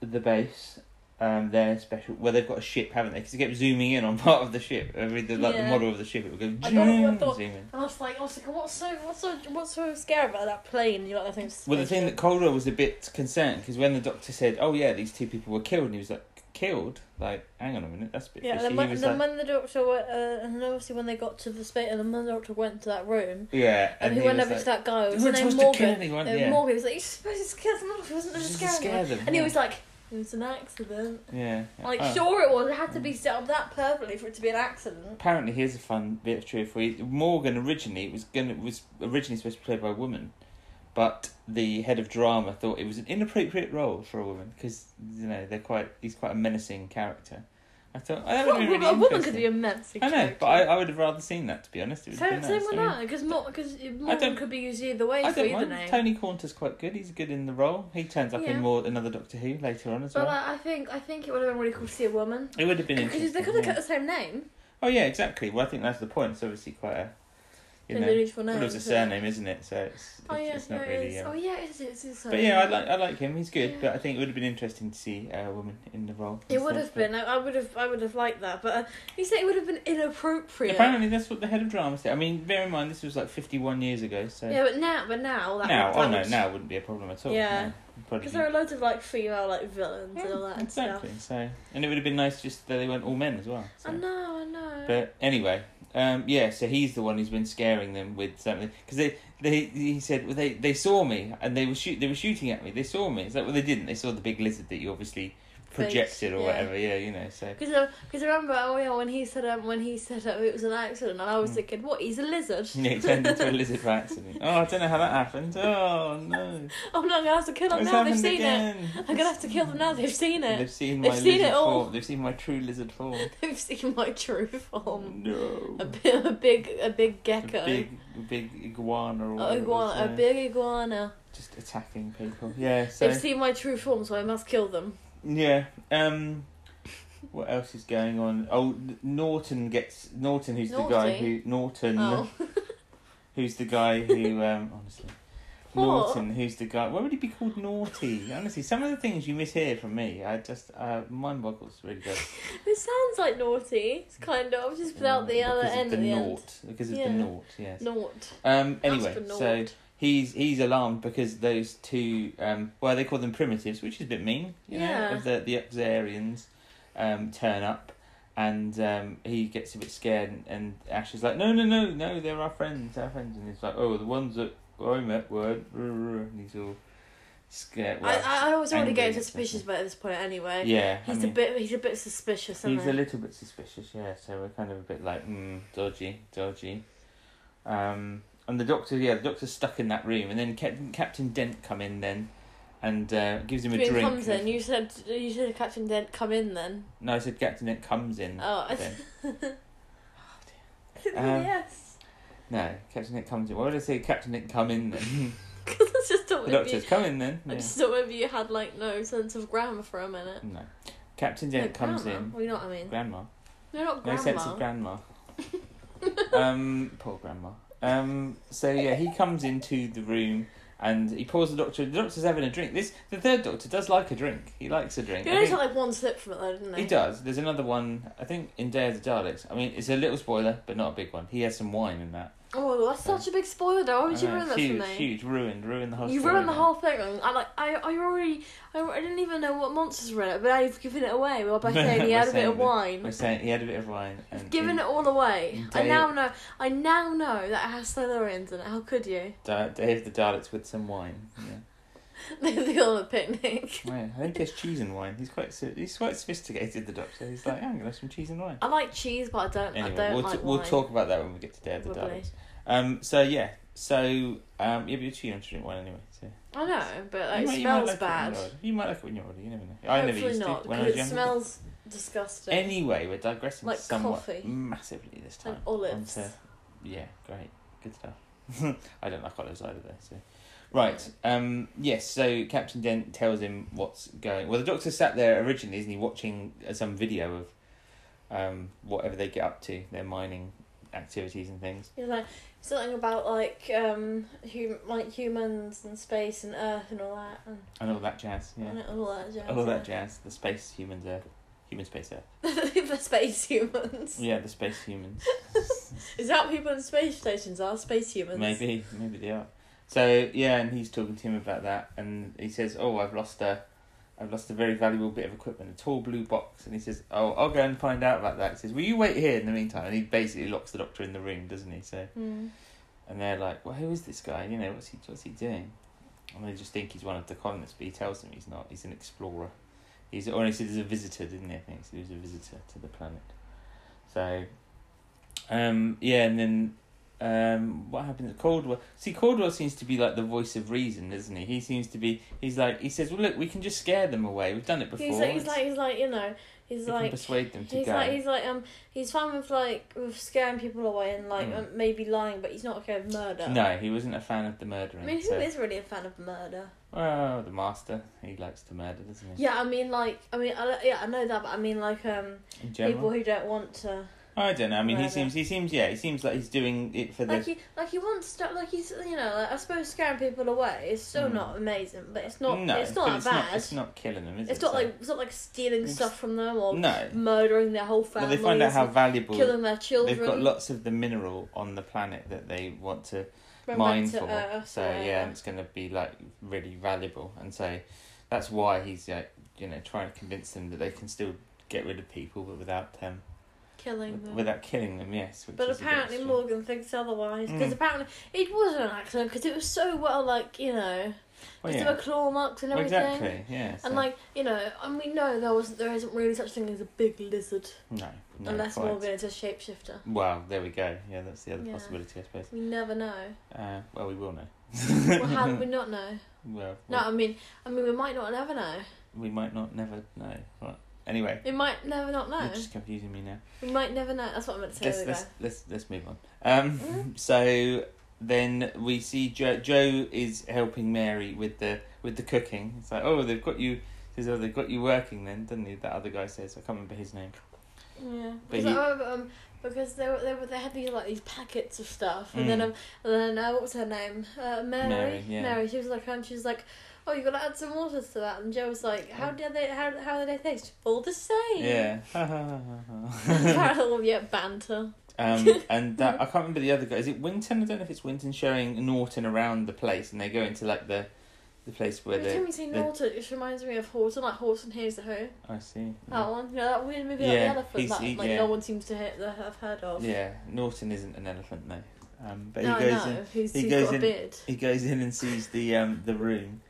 Speaker 3: the base. Um, their special. Well, they've got a ship, haven't they? Because they kept zooming in on part of the ship. Every the, like the
Speaker 2: Yeah.
Speaker 3: model of the ship, it would go
Speaker 2: I got what I
Speaker 3: zoom,
Speaker 2: thought.
Speaker 3: zoom in.
Speaker 2: And I was like, I was like, what's so, what's so, what's so scary about that plane? You like that thing?
Speaker 3: Well, the thing that Calder was a bit concerned because when the doctor said, "Oh yeah, these two people were killed," and he was like, "Killed? Like, hang on a minute, that's a bit
Speaker 2: Yeah,
Speaker 3: fishy."
Speaker 2: and then,
Speaker 3: he
Speaker 2: when,
Speaker 3: was
Speaker 2: then
Speaker 3: like,
Speaker 2: when the doctor went, uh, and then obviously when they got to the space, and then when the doctor went to that room,
Speaker 3: "Yeah,"
Speaker 2: and,
Speaker 3: and
Speaker 2: he, went over to
Speaker 3: was
Speaker 2: that
Speaker 3: like,
Speaker 2: guy, was
Speaker 3: "You
Speaker 2: his
Speaker 3: weren't
Speaker 2: name
Speaker 3: supposed to kill
Speaker 2: Morgan?
Speaker 3: anyone."
Speaker 2: Uh,
Speaker 3: yeah,
Speaker 2: Morgan was like, you're supposed to scare them off, wasn't it? Just
Speaker 3: Just to
Speaker 2: scaring
Speaker 3: scare
Speaker 2: them.
Speaker 3: them.
Speaker 2: And
Speaker 3: yeah.
Speaker 2: he was like, it was an accident.
Speaker 3: "Yeah."
Speaker 2: Like,
Speaker 3: Oh.
Speaker 2: sure it was, it had to be set up that perfectly for it to be an accident.
Speaker 3: Apparently, here's a fun bit of trivia for you. Morgan originally was gonna was originally supposed to be played by a woman, but the head of drama thought it was an inappropriate role for a woman because you know they're quite he's quite a menacing character. I thought oh, that would
Speaker 2: What-
Speaker 3: be really
Speaker 2: a woman could
Speaker 3: interesting.
Speaker 2: be a menacing
Speaker 3: I know, but I, I would have rather seen that to be honest. It would
Speaker 2: So,
Speaker 3: have been
Speaker 2: so
Speaker 3: nice.
Speaker 2: would
Speaker 3: I mean,
Speaker 2: I, because Morgan
Speaker 3: don't-
Speaker 2: could be used either way
Speaker 3: I
Speaker 2: for
Speaker 3: don't
Speaker 2: either
Speaker 3: mind.
Speaker 2: name.
Speaker 3: Tony Cornter's quite good. He's good in the role. He turns up
Speaker 2: Yeah.
Speaker 3: in more another Doctor Who later on as
Speaker 2: But
Speaker 3: well.
Speaker 2: like, I think I think it would have been really cool to see a woman.
Speaker 3: it would have been
Speaker 2: Because
Speaker 3: interesting.
Speaker 2: they could have
Speaker 3: yeah.
Speaker 2: kept the same name.
Speaker 3: Oh yeah, exactly. Well, I think that's the point. It's obviously quite a you
Speaker 2: in
Speaker 3: know
Speaker 2: the original
Speaker 3: Well,
Speaker 2: name.
Speaker 3: it was a surname, isn't it? So it's,
Speaker 2: Oh
Speaker 3: it's,
Speaker 2: yeah,
Speaker 3: it's
Speaker 2: no, it
Speaker 3: not really.
Speaker 2: is.
Speaker 3: Um,
Speaker 2: Oh yeah, it is. It's his
Speaker 3: but
Speaker 2: surname.
Speaker 3: yeah, I like I like him. He's good,
Speaker 2: Yeah.
Speaker 3: but I think it would have been interesting to see uh, a woman in the role.
Speaker 2: It would
Speaker 3: instead,
Speaker 2: have
Speaker 3: but-
Speaker 2: been. I, I would have. I would have liked that. But uh, you say it would have been inappropriate.
Speaker 3: Apparently, that's what the head of drama said. I mean, bear in mind this was like fifty-one years ago, so
Speaker 2: Yeah, but now, but now that
Speaker 3: now,
Speaker 2: would-
Speaker 3: oh
Speaker 2: that
Speaker 3: no,
Speaker 2: would-
Speaker 3: now wouldn't be a problem at all.
Speaker 2: Yeah.
Speaker 3: probably.
Speaker 2: Because there are loads of like female like villains and all that and
Speaker 3: exactly. So, and it would have been nice just that they weren't all men as well. so.
Speaker 2: stuff. I know, I know.
Speaker 3: But anyway, um, yeah. So he's the one who's been scaring them with something because they, they he said well, they they saw me and they were shoot they were shooting at me. They saw me. It's like well they didn't. They saw the big lizard that you obviously projected or
Speaker 2: yeah.
Speaker 3: whatever. Yeah, you know. So
Speaker 2: because uh, 'cause I remember oh yeah when he said um, when he said uh, it was an accident and I was
Speaker 3: Mm.
Speaker 2: thinking what he's a lizard
Speaker 3: yeah, he turned into a lizard by accident. Oh, I don't know how that happened. Oh no,
Speaker 2: oh no I'm gonna have to kill them
Speaker 3: it's
Speaker 2: now they've
Speaker 3: happened
Speaker 2: seen it
Speaker 3: again.
Speaker 2: I'm gonna have to kill them now they've seen
Speaker 3: They've
Speaker 2: it
Speaker 3: seen
Speaker 2: They've
Speaker 3: my
Speaker 2: seen it
Speaker 3: lizard
Speaker 2: all.
Speaker 3: form. They've seen my true lizard form.
Speaker 2: they've seen my true form
Speaker 3: no.
Speaker 2: Um, a, bi- a big a big
Speaker 3: Mm. A
Speaker 2: gecko
Speaker 3: big, a big iguana or
Speaker 2: A
Speaker 3: whatever it was,
Speaker 2: iguana,
Speaker 3: yeah.
Speaker 2: a big iguana.
Speaker 3: just attacking people. Yeah, so
Speaker 2: They've seen my true form, so I must kill them.
Speaker 3: Yeah. Um, what else is going on? Oh, Norton gets Norton, who's the guy who
Speaker 2: Naughty?
Speaker 3: Norton,
Speaker 2: Oh,
Speaker 3: who's the guy who um, honestly,
Speaker 2: What?
Speaker 3: Norton, who's the guy? Why would he be called Naughty? honestly, some of the things you mishear from me, I just uh, mind boggles really good.
Speaker 2: it sounds like naughty. It's kind of just without the other
Speaker 3: Oh, because
Speaker 2: end.
Speaker 3: of
Speaker 2: at
Speaker 3: the
Speaker 2: the
Speaker 3: naught, because of
Speaker 2: Yeah.
Speaker 3: the naught. Yes.
Speaker 2: end. Naught.
Speaker 3: Um.
Speaker 2: That's
Speaker 3: Anyway,
Speaker 2: for
Speaker 3: so
Speaker 2: naught.
Speaker 3: he's he's alarmed because those two um well they call them primitives which is a bit mean you
Speaker 2: Yeah.
Speaker 3: know of the the Uxarians um turn up and um he gets a bit scared and, and Ash is like no no no no they're our friends our friends and he's like oh the ones that I met were ruh, ruh," and he's all scared well,
Speaker 2: I, I always already
Speaker 3: angry
Speaker 2: getting
Speaker 3: at
Speaker 2: suspicious
Speaker 3: something.
Speaker 2: by this point anyway.
Speaker 3: yeah I
Speaker 2: He's a
Speaker 3: mean,
Speaker 2: bit he's a bit suspicious, isn't
Speaker 3: he's
Speaker 2: he?
Speaker 3: a little bit suspicious yeah so we're kind of a bit like mm, dodgy dodgy um and the doctor yeah the doctor's stuck in that room and then Cap- Captain Dent come in then and uh, gives him a
Speaker 2: Green
Speaker 3: drink.
Speaker 2: comes in. You said you said Captain Dent come in then.
Speaker 3: No, I said Captain It comes in.
Speaker 2: Oh, I
Speaker 3: then. Mm, Um,
Speaker 2: yes.
Speaker 3: No, Captain It comes in. Why would I say Captain It come in then?
Speaker 2: Because I just thought
Speaker 3: the
Speaker 2: maybe
Speaker 3: doctor's come in then.
Speaker 2: I
Speaker 3: Yeah.
Speaker 2: just thought maybe you had like no sense of grammar for a minute.
Speaker 3: No, Captain Dent
Speaker 2: Like,
Speaker 3: comes
Speaker 2: grandma.
Speaker 3: in.
Speaker 2: Well, you know what I mean.
Speaker 3: Grandma.
Speaker 2: No, not grandma.
Speaker 3: No sense of grandma. um, poor grandma. Um, so yeah, he comes into the room and he pours the doctor. The doctor's having a drink. This the third doctor does like a drink. He likes a drink.
Speaker 2: He
Speaker 3: I
Speaker 2: only took
Speaker 3: think-
Speaker 2: like one sip from it though, didn't he?
Speaker 3: he does. There's another one. I think in Day of the Daleks. I mean, it's a little spoiler, but not a big one. He has some wine in that.
Speaker 2: Oh, that's such a big spoiler. Why would Oh, you
Speaker 3: I know,
Speaker 2: ruin that for
Speaker 3: huge,
Speaker 2: me?
Speaker 3: Huge, ruined, ruined the whole.
Speaker 2: You ruined the
Speaker 3: storyline.
Speaker 2: whole thing. I like. I. I already. I, I didn't even know what monsters were in it, but I've given it away. Well, by saying he
Speaker 3: By
Speaker 2: had a bit
Speaker 3: saying
Speaker 2: of
Speaker 3: that-
Speaker 2: wine.
Speaker 3: We're saying he had a bit of wine. And
Speaker 2: Given it
Speaker 3: he-
Speaker 2: all away. I
Speaker 3: Dave-
Speaker 2: now know. I now know that it has Slytherins in it. How could you?
Speaker 3: Da- Day of the Daleks with some wine. Yeah.
Speaker 2: they they go on a picnic.
Speaker 3: Yeah, I think there's cheese and wine. He's quite so- he's quite sophisticated. The doctor. He's like, I'm gonna have some cheese and wine.
Speaker 2: I like cheese, but I don't. I
Speaker 3: Anyway,
Speaker 2: don't
Speaker 3: we'll
Speaker 2: like
Speaker 3: t- we'll
Speaker 2: wine.
Speaker 3: talk about that when we get to Day of the
Speaker 2: Probably.
Speaker 3: Daleks. Um. So yeah. So um. Yeah, but you're too young to drink wine anyway. So
Speaker 2: I know, but like,
Speaker 3: you
Speaker 2: Uh, it
Speaker 3: might- you might
Speaker 2: smells
Speaker 3: like it when
Speaker 2: bad.
Speaker 3: you're older. You might like it when you're older. You never know. I never
Speaker 2: Hopefully
Speaker 3: used
Speaker 2: not,
Speaker 3: to when I
Speaker 2: because
Speaker 3: was
Speaker 2: it
Speaker 3: younger.
Speaker 2: smells disgusting.
Speaker 3: Anyway, we're digressing
Speaker 2: Like
Speaker 3: somewhat
Speaker 2: coffee.
Speaker 3: massively this time.
Speaker 2: and olives.
Speaker 3: Onto- yeah, great, good stuff. I don't like olives either, though. So, right, um, yes. So Captain Dent tells him what's going. Well, the Doctor sat there originally, isn't he, watching uh, some video of, um, whatever they get up to, their mining activities and things.
Speaker 2: He's like something about like um hum- like humans and space and Earth and all that and,
Speaker 3: And all that jazz. Yeah,
Speaker 2: and all that jazz.
Speaker 3: all that jazz. The space humans are. Human space Earth.
Speaker 2: the space humans.
Speaker 3: Yeah, the space humans.
Speaker 2: Is that what people in space stations are space humans?
Speaker 3: Maybe, maybe they are. So yeah, and he's talking to him about that, and he says, "Oh, I've lost a, I've lost a very valuable bit of equipment, a tall blue box." And he says, "Oh, I'll go and find out about that." He says, "Will you wait here in the meantime?" And he basically locks the doctor in the room, doesn't he? So
Speaker 2: Hmm.
Speaker 3: and they're like, "Well, who is this guy? You know, what's he, what's he doing?" And they just think he's one of the colonists, but he tells them he's not. He's an explorer. He's or he said he's a visitor, didn't he? I think so he was a visitor to the planet. So, um, yeah, and then um, what happens? Caldwell. See, Caldwell seems to be like the voice of reason, doesn't he? He seems to be. He's like he says, "Well, look, we can just scare them away. We've done it before.
Speaker 2: He's like he's
Speaker 3: It's-
Speaker 2: like he's like you know
Speaker 3: we
Speaker 2: he's
Speaker 3: can
Speaker 2: like
Speaker 3: persuade them to
Speaker 2: He's
Speaker 3: go."
Speaker 2: like he's like um he's fine with like with scaring people away and like
Speaker 3: Mm.
Speaker 2: um, maybe lying, but he's not okay with murder.
Speaker 3: no, he wasn't a fan of the murdering.
Speaker 2: I mean, who
Speaker 3: so-
Speaker 2: is really a fan of murder?
Speaker 3: Well, the master, he likes to murder, doesn't he?
Speaker 2: Yeah, I mean, like, I mean, I, yeah, I know that, but I mean, like, um,
Speaker 3: In general.
Speaker 2: people who don't want to,
Speaker 3: I don't know. I mean, he
Speaker 2: Right,
Speaker 3: seems. He seems. Yeah, he seems like he's doing it for the.
Speaker 2: like, he, like, he wants to, like, he's, you know, like, I suppose scaring people away is still
Speaker 3: Mm.
Speaker 2: not amazing, but it's not,
Speaker 3: no,
Speaker 2: it's not
Speaker 3: but
Speaker 2: that
Speaker 3: it's
Speaker 2: bad.
Speaker 3: Not, it's not killing them, is
Speaker 2: It's
Speaker 3: it?
Speaker 2: not
Speaker 3: So-
Speaker 2: like, it's not like stealing
Speaker 3: It's-
Speaker 2: stuff from them or
Speaker 3: no.
Speaker 2: murdering their whole
Speaker 3: Well,
Speaker 2: family.
Speaker 3: they find out how valuable
Speaker 2: killing their children.
Speaker 3: they've got lots of the mineral on the planet that they want to
Speaker 2: going
Speaker 3: mine
Speaker 2: back to
Speaker 3: for.
Speaker 2: Earth,
Speaker 3: so yeah, and it's going to be like really valuable, and so that's why he's like you know trying to convince them that they can still get rid of people, but without them,
Speaker 2: killing them.
Speaker 3: without killing them. Yes, which
Speaker 2: But
Speaker 3: is a bit
Speaker 2: apparently
Speaker 3: extreme.
Speaker 2: Morgan thinks otherwise because
Speaker 3: Mm.
Speaker 2: apparently it wasn't an accident because it was so well like you know
Speaker 3: Well,
Speaker 2: just
Speaker 3: Oh, yeah.
Speaker 2: there were claw marks and
Speaker 3: Well,
Speaker 2: everything
Speaker 3: exactly. Yeah. so-
Speaker 2: and like you know and we know there wasn't there isn't really such thing as a big lizard
Speaker 3: no, no,
Speaker 2: unless
Speaker 3: quite.
Speaker 2: Morgan is a shapeshifter
Speaker 3: Well, there we go. Yeah, that's the other
Speaker 2: Yeah.
Speaker 3: possibility, I suppose.
Speaker 2: we never know
Speaker 3: Uh, well, we will know.
Speaker 2: well how did we not know
Speaker 3: Well,
Speaker 2: no I mean I mean we might not never know
Speaker 3: we might not never know. Right. Anyway,
Speaker 2: we might never not know
Speaker 3: you're just confusing me now.
Speaker 2: we might never know that's what I meant to say
Speaker 3: let's,
Speaker 2: there we
Speaker 3: let's,
Speaker 2: go. Mm-hmm.
Speaker 3: let's let's move on. Um, so then we see Joe. Joe is helping Mary with the with the cooking. It's like, oh, they've got you. Says, oh, they've got you working then, doesn't he? That other guy says, I can't remember his name.
Speaker 2: Yeah,
Speaker 3: But
Speaker 2: because,
Speaker 3: he-
Speaker 2: I remember, um, because they were, they were they had these like these packets of stuff, and
Speaker 3: Mm.
Speaker 2: then um, and then uh, what was her name? Uh, Mary.
Speaker 3: Mary, yeah.
Speaker 2: She was like, and she was like, oh, you got to add some water to that, and Joe was like, how did they how how did they taste? All the same.
Speaker 3: Mm. Yeah.
Speaker 2: Parallel, yeah, banter.
Speaker 3: Um, and that, I can't remember the other guy. Is it Winton? I don't know if it's Winton showing Norton around the place, and they go into like the the place where
Speaker 2: Every time
Speaker 3: the
Speaker 2: you say
Speaker 3: the-
Speaker 2: Norton, it just reminds me of Horton, like Horton Hears the Who.
Speaker 3: I see.
Speaker 2: That one, you know, that weird movie
Speaker 3: Mm. Yeah,
Speaker 2: like the elephant
Speaker 3: he's-
Speaker 2: that
Speaker 3: he-
Speaker 2: like
Speaker 3: yeah.
Speaker 2: no one seems to hear, that have heard of.
Speaker 3: Yeah, Norton isn't an elephant though. Um, but
Speaker 2: no,
Speaker 3: he goes
Speaker 2: I know.
Speaker 3: in.
Speaker 2: He's,
Speaker 3: he
Speaker 2: he's
Speaker 3: goes
Speaker 2: got a
Speaker 3: in-
Speaker 2: beard.
Speaker 3: He goes in and sees the um the room,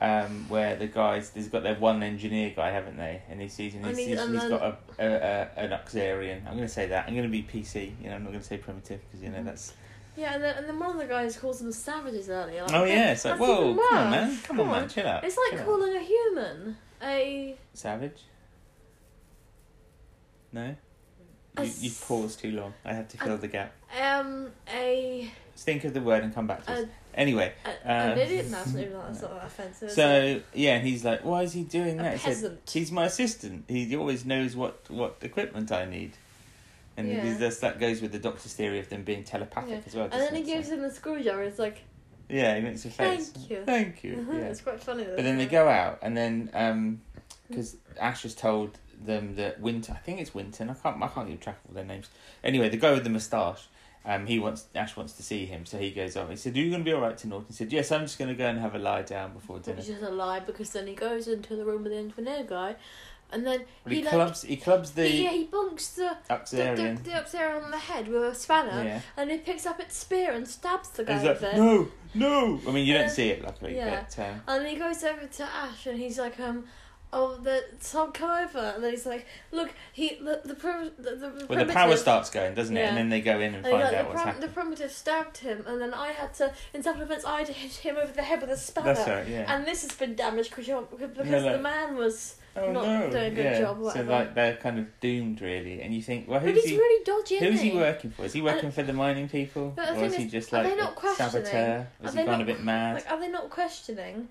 Speaker 3: um where the guys they've got their one engineer guy, haven't they? And he sees and he
Speaker 2: And he's-
Speaker 3: sees
Speaker 2: and
Speaker 3: and he's
Speaker 2: then-
Speaker 3: got a, a, a an Oxarian. I'm going to say that. I'm going to be PC. You know, I'm not going to say primitive because you know
Speaker 2: Mhm.
Speaker 3: that's
Speaker 2: Yeah, and then, and then one of the guys calls them savages earlier. Like,
Speaker 3: oh yeah, it's
Speaker 2: that's
Speaker 3: like
Speaker 2: even
Speaker 3: whoa, come on,
Speaker 2: worse.
Speaker 3: man, come,
Speaker 2: Come
Speaker 3: on, man,
Speaker 2: on.
Speaker 3: chill out.
Speaker 2: It's
Speaker 3: chill
Speaker 2: like
Speaker 3: out.
Speaker 2: calling a human a.
Speaker 3: savage. No,
Speaker 2: A
Speaker 3: you, you
Speaker 2: s-
Speaker 3: paused too long. I have to fill the gap.
Speaker 2: Um, a.
Speaker 3: Just think of the word and come back to us.
Speaker 2: a-
Speaker 3: Anyway,
Speaker 2: a
Speaker 3: Uh,
Speaker 2: an idiot? No, that's not, even, that's not that offensive. is it?
Speaker 3: so yeah, and he's like, why is he doing
Speaker 2: A
Speaker 3: that? He said,
Speaker 2: peasant.
Speaker 3: he's my assistant. He always knows what what equipment I need. And
Speaker 2: Yeah.
Speaker 3: it is, that goes with the doctor's theory of them being telepathic
Speaker 2: Yeah.
Speaker 3: as well.
Speaker 2: and then he
Speaker 3: doesn't it?
Speaker 2: gives
Speaker 3: So-
Speaker 2: him a screwdriver. It's like,
Speaker 3: yeah, he makes a face.
Speaker 2: Thank you. Uh-huh.
Speaker 3: Thank you. Yeah.
Speaker 2: it's quite funny.
Speaker 3: But then they go out, and then because Ash has told them that Winter, I think it's Winton. I can't, I can't keep track of all their names. Anyway, the guy with the moustache, um, he wants Ash wants to see him, so he goes over. He said, "Are you going to be all right tonight?" He said, "Yes, I'm just going to go and have a lie down before dinner."
Speaker 2: Which is a lie because then he goes into the room with the engineer guy, and then
Speaker 3: But he,
Speaker 2: he, like-
Speaker 3: clubs, he clubs the
Speaker 2: he, yeah, he bonks the the, the,
Speaker 3: Uxarian.
Speaker 2: the upsarian on the head with a spanner,
Speaker 3: yeah,
Speaker 2: and he picks up its spear and stabs the guy
Speaker 3: he's like,
Speaker 2: with it.
Speaker 3: "No, no." I mean, you
Speaker 2: Uh,
Speaker 3: don't see it luckily,
Speaker 2: yeah.
Speaker 3: but um,
Speaker 2: And he goes over to Ash and he's like, um, oh, the Tom, come over. And then he's like, look, he the the prim- the, the, the
Speaker 3: well, the
Speaker 2: primitive-
Speaker 3: power starts going, doesn't it?
Speaker 2: Yeah.
Speaker 3: And then they go in and
Speaker 2: And he's
Speaker 3: find
Speaker 2: like,
Speaker 3: out
Speaker 2: the,
Speaker 3: what's
Speaker 2: prim- the
Speaker 3: happening.
Speaker 2: primitive stabbed him, and then I had to, in self-defense, I had to hit him over the head with a spanner.
Speaker 3: That's right. Yeah.
Speaker 2: And this has been damaged because you're- because
Speaker 3: Yeah, like-
Speaker 2: the man was.
Speaker 3: Oh
Speaker 2: not
Speaker 3: no!
Speaker 2: doing a good
Speaker 3: yeah.
Speaker 2: job,
Speaker 3: so
Speaker 2: whatever.
Speaker 3: like they're kind of doomed, really. And you think, well,
Speaker 2: But
Speaker 3: who's
Speaker 2: he's
Speaker 3: he?
Speaker 2: really dodgy. isn't
Speaker 3: Who's he
Speaker 2: he?
Speaker 3: working for? Is he working for the mining people,
Speaker 2: But the
Speaker 3: or
Speaker 2: thing
Speaker 3: is he
Speaker 2: is,
Speaker 3: just
Speaker 2: are
Speaker 3: like
Speaker 2: they not
Speaker 3: a saboteur?
Speaker 2: questioning?
Speaker 3: Has
Speaker 2: Are
Speaker 3: he
Speaker 2: they
Speaker 3: gone a
Speaker 2: not-
Speaker 3: bit mad?
Speaker 2: Like, are they not questioning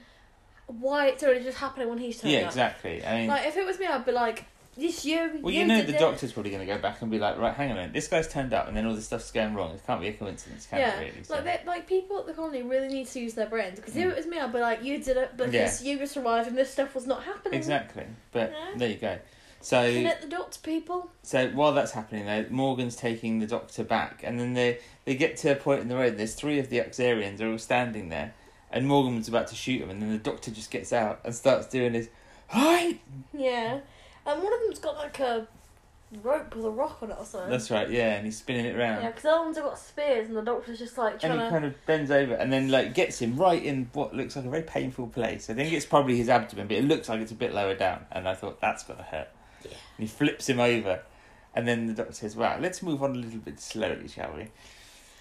Speaker 2: why it's already just happening when he's turning
Speaker 3: Yeah,
Speaker 2: up?
Speaker 3: exactly. I mean,
Speaker 2: Like, if it was me, I'd be like, this you.
Speaker 3: well, you know,
Speaker 2: did
Speaker 3: the
Speaker 2: it.
Speaker 3: doctor's probably going to go back and be like, right, hang on a minute, this guy's turned up, and then all this stuff's going wrong. It can't be a coincidence, can
Speaker 2: Yeah,
Speaker 3: it? Really? So-
Speaker 2: Like, they, like people at the colony really need to use their brains because if
Speaker 3: Mm.
Speaker 2: it was me, I'd be like, you did it because you were survived and this stuff was not happening.
Speaker 3: exactly. But
Speaker 2: Yeah.
Speaker 3: there you go. So,
Speaker 2: Connect the dots, people.
Speaker 3: so while that's happening, though, Morgan's taking the doctor back, and then they they get to a point in the road. There's three of the Uxarians are all standing there, and Morgan's about to shoot him, and then the doctor just gets out and starts doing his, hi,
Speaker 2: Yeah, and one of them's got like a rope with a rock on it or something.
Speaker 3: That's right, yeah, and he's spinning it round.
Speaker 2: yeah, because the other ones have got spears and the doctor's just like
Speaker 3: and
Speaker 2: trying
Speaker 3: he
Speaker 2: to.
Speaker 3: kind of bends over and then like gets him right in what looks like a very painful place. I think it's probably his abdomen, but it looks like it's a bit lower down. And I thought that's gonna hurt.
Speaker 2: Yeah.
Speaker 3: And he flips him over, and then the doctor says, "Wow, let's move on a little bit slowly, shall we?"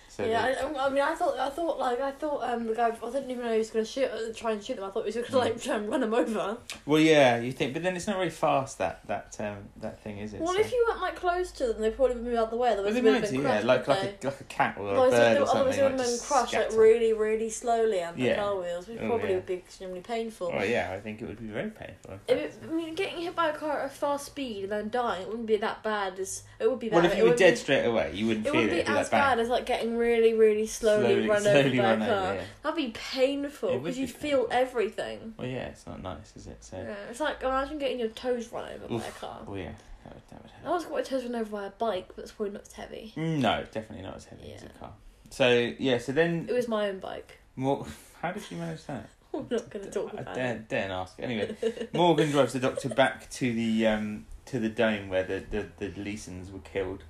Speaker 3: So
Speaker 2: yeah,
Speaker 3: they-
Speaker 2: I, I mean, I thought, I thought, like, I thought, um, the guy. I didn't even know he was gonna shoot, uh, try and shoot them. I thought he was gonna
Speaker 3: Mm.
Speaker 2: like try and run them over.
Speaker 3: well, yeah, you think, but then it's not very fast that that um, that thing, is it?
Speaker 2: Well,
Speaker 3: So-
Speaker 2: if you weren't like close to them, they probably would move out of the way.
Speaker 3: Well,
Speaker 2: Otherwise,
Speaker 3: they
Speaker 2: it would have
Speaker 3: might do,
Speaker 2: been
Speaker 3: yeah,
Speaker 2: crushed.
Speaker 3: like
Speaker 2: wouldn't
Speaker 3: like
Speaker 2: they?
Speaker 3: a, like a cat or a
Speaker 2: Otherwise,
Speaker 3: bird
Speaker 2: it
Speaker 3: or
Speaker 2: would- otherwise
Speaker 3: something.
Speaker 2: it would
Speaker 3: like,
Speaker 2: have been
Speaker 3: just
Speaker 2: crushed like
Speaker 3: scatter.
Speaker 2: really, really slowly and the
Speaker 3: Yeah.
Speaker 2: car wheels, which
Speaker 3: Oh,
Speaker 2: probably
Speaker 3: yeah.
Speaker 2: would be extremely painful.
Speaker 3: Oh yeah, I think it would be very painful. in
Speaker 2: If
Speaker 3: fact.
Speaker 2: it, I mean, getting hit by a car at a fast speed and then dying it wouldn't be that bad as it would be. Bad.
Speaker 3: Well, if
Speaker 2: It
Speaker 3: you were
Speaker 2: wouldn't
Speaker 3: dead
Speaker 2: be-
Speaker 3: straight away, you wouldn't
Speaker 2: it
Speaker 3: feel
Speaker 2: wouldn't be
Speaker 3: it'd
Speaker 2: as
Speaker 3: like bang.
Speaker 2: bad as like getting really, really slowly, run over by a car.
Speaker 3: yeah.
Speaker 2: That'd be painful
Speaker 3: It would
Speaker 2: because
Speaker 3: be
Speaker 2: you'd feel
Speaker 3: painful.
Speaker 2: everything.
Speaker 3: Well, yeah, it's not nice, is it? So,
Speaker 2: Yeah. It's like imagine getting your toes run over by a
Speaker 3: Oof.
Speaker 2: car.
Speaker 3: oh yeah, that would, that would
Speaker 2: I
Speaker 3: hurt.
Speaker 2: always got my toes run over by a bike, but it's probably not as heavy.
Speaker 3: Mm, No, definitely not as heavy as a
Speaker 2: Yeah.
Speaker 3: car. So yeah, so then
Speaker 2: It was my own bike.
Speaker 3: Mor- how did you manage that?
Speaker 2: I'm not going to talk
Speaker 3: I
Speaker 2: about
Speaker 3: dare,
Speaker 2: it.
Speaker 3: dare ask. Anyway, Morgan drives the doctor back to the um to the dome where the the the Leesons were killed.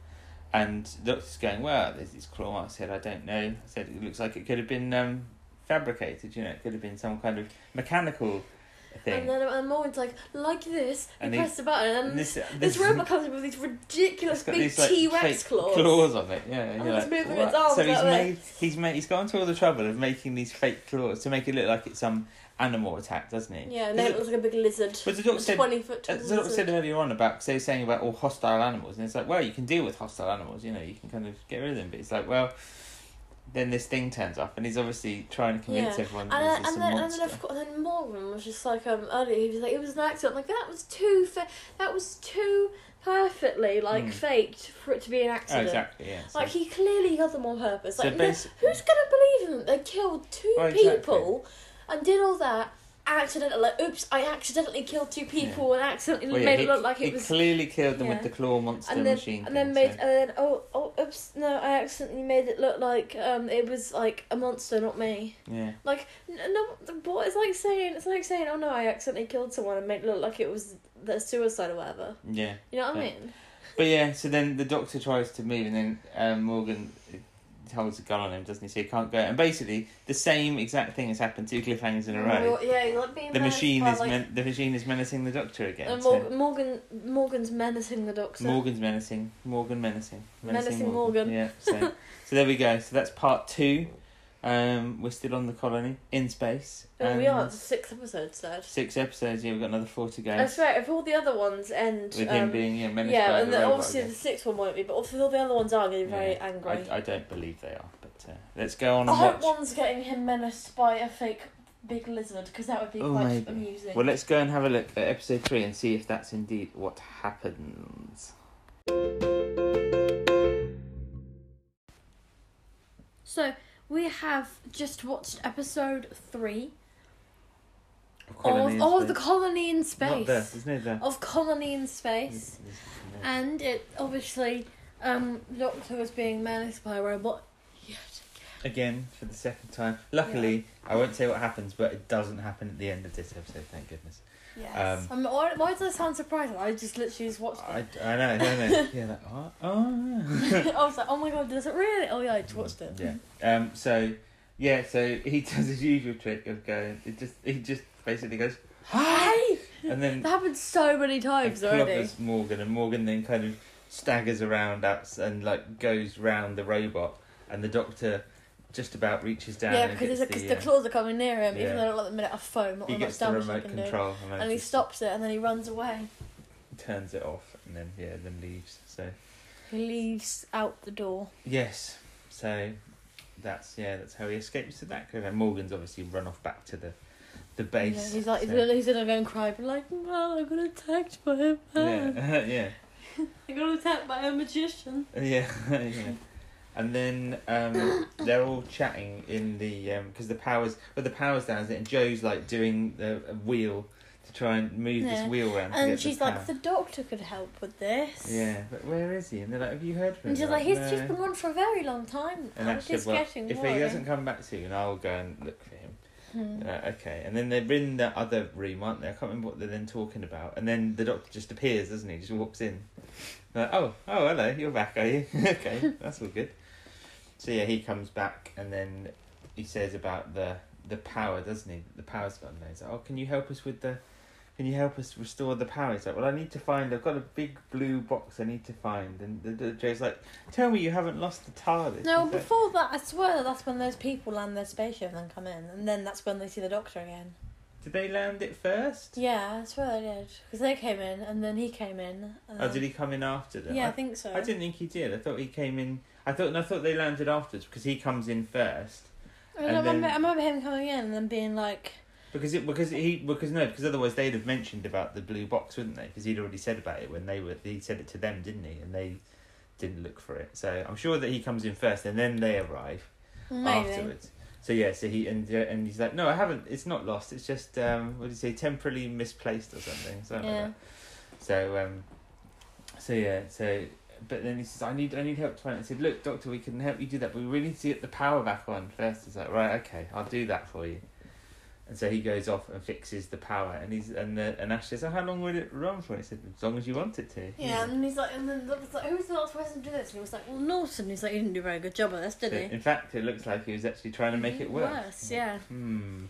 Speaker 3: And the doctor's going, well, there's these claw marks. I said, I don't know. I said, it looks like it could have been um, fabricated, you know, it could have been some kind of mechanical thing.
Speaker 2: And then and Morgan's like, like this, you
Speaker 3: And he-
Speaker 2: press the button, and,
Speaker 3: And
Speaker 2: this,
Speaker 3: this,
Speaker 2: this robot comes in with these ridiculous
Speaker 3: It's got
Speaker 2: big
Speaker 3: these, like,
Speaker 2: T Rex
Speaker 3: fake
Speaker 2: claws.
Speaker 3: claws on it. Yeah, and
Speaker 2: And
Speaker 3: you're
Speaker 2: it's
Speaker 3: like,
Speaker 2: moving its
Speaker 3: "What?"
Speaker 2: arms
Speaker 3: so he's
Speaker 2: that way.
Speaker 3: made he's made he's gone to all the trouble of making these fake claws to make it look like it's some animal attack, doesn't it?
Speaker 2: Yeah, and then it looks like a big lizard.
Speaker 3: But the doctor
Speaker 2: A
Speaker 3: said-
Speaker 2: 20 foot tall
Speaker 3: That's what I
Speaker 2: lizard.
Speaker 3: said earlier on about because they were saying about all hostile animals, and it's like, well, you can deal with hostile animals, you know, you can kind of get rid of them. But it's like, well, then this thing turns up, and he's obviously trying to convince
Speaker 2: Yeah. And,
Speaker 3: everyone
Speaker 2: then,
Speaker 3: that this is
Speaker 2: and,
Speaker 3: a
Speaker 2: then, and
Speaker 3: monster. Oh,
Speaker 2: then, of course, then Morgan was just like, um, earlier he was like, it was an accident. Like, that was too, fa- that was too perfectly, like,
Speaker 3: Mm.
Speaker 2: faked for it to be an
Speaker 3: oh,
Speaker 2: accident.
Speaker 3: exactly. Yeah. so-
Speaker 2: Like, he clearly got them on purpose.
Speaker 3: so
Speaker 2: Like, no-
Speaker 3: basi-
Speaker 2: Who's gonna believe him? They killed two
Speaker 3: Well, Oh, exactly.
Speaker 2: people and did all that accidentally. Like, oops, I accidentally killed two people and accidentally
Speaker 3: well, yeah,
Speaker 2: made
Speaker 3: he,
Speaker 2: it look like
Speaker 3: he
Speaker 2: it was.
Speaker 3: clearly killed them
Speaker 2: yeah.
Speaker 3: with the claw monster
Speaker 2: And then,
Speaker 3: machine.
Speaker 2: and then
Speaker 3: thing,
Speaker 2: made,
Speaker 3: so-
Speaker 2: and then oh, oh, oops, no, I accidentally made it look like um, it was like a monster, not me.
Speaker 3: yeah.
Speaker 2: Like, n- no, the boy, it's like saying, it's like saying, oh no, I accidentally killed someone and made it look like it was their suicide or whatever.
Speaker 3: Yeah.
Speaker 2: You know what I
Speaker 3: Yeah.
Speaker 2: mean?
Speaker 3: But yeah, so then the doctor tries to move, and then um, Morgan holds a gun on him, doesn't he? So he can't go. And basically, the same exact thing has happened two cliffhangers in a row.
Speaker 2: Well, yeah, like being
Speaker 3: The
Speaker 2: menaced
Speaker 3: machine
Speaker 2: by,
Speaker 3: is
Speaker 2: like,
Speaker 3: men- the machine is menacing the Doctor again.
Speaker 2: and
Speaker 3: so-
Speaker 2: Mor- Morgan Morgan's menacing the doctor.
Speaker 3: Morgan's menacing. Morgan menacing.
Speaker 2: Menacing Morgan.
Speaker 3: Yeah. So, so there we go. So that's part two. Um, we're still on the colony in space.
Speaker 2: and Oh, we
Speaker 3: and
Speaker 2: are it's the sixth episode, sad.
Speaker 3: Six episodes. Yeah, we've got another four to go.
Speaker 2: That's right. If all the other ones end,
Speaker 3: With him
Speaker 2: um,
Speaker 3: being yeah, menaced
Speaker 2: yeah,
Speaker 3: by
Speaker 2: and
Speaker 3: the
Speaker 2: then
Speaker 3: robot
Speaker 2: obviously
Speaker 3: again.
Speaker 2: the sixth one won't be, but obviously all the other ones are going to be very
Speaker 3: Yeah.
Speaker 2: angry.
Speaker 3: I, I don't believe they are, but uh, let's go on
Speaker 2: I
Speaker 3: and
Speaker 2: hope
Speaker 3: watch.
Speaker 2: one's getting him menaced by a fake big lizard because that would be
Speaker 3: Oh,
Speaker 2: quite
Speaker 3: maybe.
Speaker 2: amusing.
Speaker 3: Well, let's go and have a look at episode three and see if that's indeed what happens.
Speaker 2: So we have just watched episode three
Speaker 3: Colony in
Speaker 2: of, of the
Speaker 3: space.
Speaker 2: colony in
Speaker 3: Not there,
Speaker 2: space
Speaker 3: isn't it there?
Speaker 2: of colony in
Speaker 3: There's-
Speaker 2: space,
Speaker 3: there's nothing there.
Speaker 2: and it obviously um, Doctor was being menaced by a robot. Yet
Speaker 3: again for the second time. Luckily, I won't say what happens, but it doesn't happen at the end of this episode. Thank goodness.
Speaker 2: Yes. Um, why, why does that sound surprising? I just literally just watched
Speaker 3: I,
Speaker 2: it.
Speaker 3: I know, I know. yeah, like, oh, oh.
Speaker 2: I, was like, oh my god, does it really? Oh yeah, I just watched it.
Speaker 3: Yeah. Um. So, yeah. So he does his usual trick of going. It just he just basically goes
Speaker 2: Hey!
Speaker 3: and then
Speaker 2: That happened so many
Speaker 3: and
Speaker 2: times already.
Speaker 3: clobbers Morgan, and Morgan then kind of staggers around out and like goes round the robot, and the doctor just about reaches down.
Speaker 2: Yeah,
Speaker 3: and
Speaker 2: because
Speaker 3: gets
Speaker 2: it's- 'cause
Speaker 3: the,
Speaker 2: the
Speaker 3: uh,
Speaker 2: claws are coming near him,
Speaker 3: yeah.
Speaker 2: even though at the minute of foam, not
Speaker 3: he
Speaker 2: that
Speaker 3: gets
Speaker 2: much
Speaker 3: the
Speaker 2: damage I
Speaker 3: remote
Speaker 2: can do.
Speaker 3: control
Speaker 2: And he
Speaker 3: manages to
Speaker 2: stops it, and then he runs away.
Speaker 3: turns it off and then yeah then leaves so
Speaker 2: He leaves out the door.
Speaker 3: yes so that's yeah that's how he escapes to that and morgan's obviously run off back to the the
Speaker 2: You know,
Speaker 3: base
Speaker 2: he's like, he's,
Speaker 3: so-
Speaker 2: gonna, he's gonna go and cry, but like, no, I got attacked by a man.
Speaker 3: yeah yeah
Speaker 2: I got attacked by a magician.
Speaker 3: yeah, yeah. and then um they're all chatting in the um because the powers well the powers down and joe's like doing the a wheel to try and move
Speaker 2: Yeah.
Speaker 3: this wheel around to
Speaker 2: And
Speaker 3: get
Speaker 2: she's
Speaker 3: the
Speaker 2: like,
Speaker 3: power.
Speaker 2: the doctor could help with this.
Speaker 3: yeah but where is he and they're like have you heard from
Speaker 2: And
Speaker 3: him
Speaker 2: she's like, he's
Speaker 3: "No."
Speaker 2: just been gone for a very long time.
Speaker 3: and
Speaker 2: now.
Speaker 3: that's
Speaker 2: It's just
Speaker 3: just well,
Speaker 2: getting
Speaker 3: if he
Speaker 2: worrying."
Speaker 3: doesn't come back soon i'll go and look for him
Speaker 2: Hmm.
Speaker 3: Uh, okay, and then they're in that other room, aren't they? I can't remember what they're then talking about. And then the doctor just appears, doesn't he? Just walks in. Like, oh, oh, hello, you're back, are you? okay, that's all good. So yeah, he comes back, and then he says about the the power, doesn't he? The power's gone. there. He's like, oh, can you help us with the? Can you help us restore the power? He's like, well, I need to find. I've got a big blue box. I need to find. And the, the, Joe's like, tell me you haven't lost the TARDIS.
Speaker 2: No,
Speaker 3: He's like,
Speaker 2: before that, I swear that's when those people land their spaceship and then come in, and then that's when they see the doctor again.
Speaker 3: Did they land it first?
Speaker 2: Yeah, I swear they did. Because they came in, and then he came in. And
Speaker 3: Or Oh, did he come in after them?
Speaker 2: Yeah, I
Speaker 3: I
Speaker 2: think so.
Speaker 3: I didn't think he did. I thought he came in. I thought and I thought they landed afterwards because he comes in first
Speaker 2: I, mean, I
Speaker 3: and
Speaker 2: remember,
Speaker 3: then-
Speaker 2: I remember him coming in and then being like,
Speaker 3: because it because he because no because otherwise they'd have mentioned about the blue box wouldn't they because he'd already said about it when they were he said it to them didn't he and they didn't look for it so I'm sure that he comes in first and then they arrive
Speaker 2: maybe.
Speaker 3: afterwards. So yeah, so he and uh, and he's like, no, I haven't. It's not lost. It's just um, what do you say, temporarily misplaced or something. something like
Speaker 2: Yeah.
Speaker 3: that. So um, so yeah, so but then he says, I need I need help to find it. I said, look, doctor, we can help you do that, but we really need to get the power back on first. He's like, right, okay, I'll do that for you. And so he goes off and fixes the power, and he's and the and Ash says, oh, how long will it run for? He said, as long as you want it to.
Speaker 2: Yeah, and he's like, and then the doctor's like, who's the last person to do this? And he was like, well, Norton. He's like, he didn't do a very good job at this,
Speaker 3: So
Speaker 2: did he?
Speaker 3: in fact, it looks like he was actually trying to make it work.
Speaker 2: Worse, yeah.
Speaker 3: Hmm.
Speaker 2: Mm-hmm.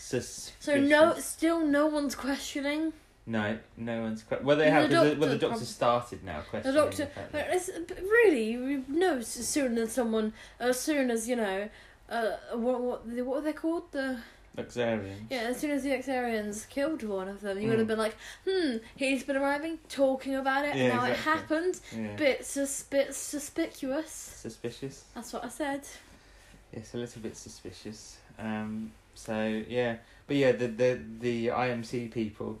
Speaker 2: So no, still no one's questioning.
Speaker 3: No, no one's quite. Well, they
Speaker 2: The
Speaker 3: have. 'cause The
Speaker 2: doctor
Speaker 3: well, the
Speaker 2: prob-
Speaker 3: doctor started now questioning.
Speaker 2: doctor-
Speaker 3: fact
Speaker 2: But
Speaker 3: that-
Speaker 2: it's, but really, you know, as soon as someone, as soon as you know, uh, what what what are they called? The
Speaker 3: Luxarian.
Speaker 2: yeah, as soon as the Xarians killed one of them, you would
Speaker 3: Mm.
Speaker 2: have been like, hmm, he's been arriving, talking about it,
Speaker 3: Yeah,
Speaker 2: now it
Speaker 3: exactly.
Speaker 2: happened.
Speaker 3: Yeah.
Speaker 2: Bit sus bit suspicious.
Speaker 3: Suspicious.
Speaker 2: That's what I said.
Speaker 3: It's a little bit suspicious. Um. So yeah, but yeah, the the the IMC people,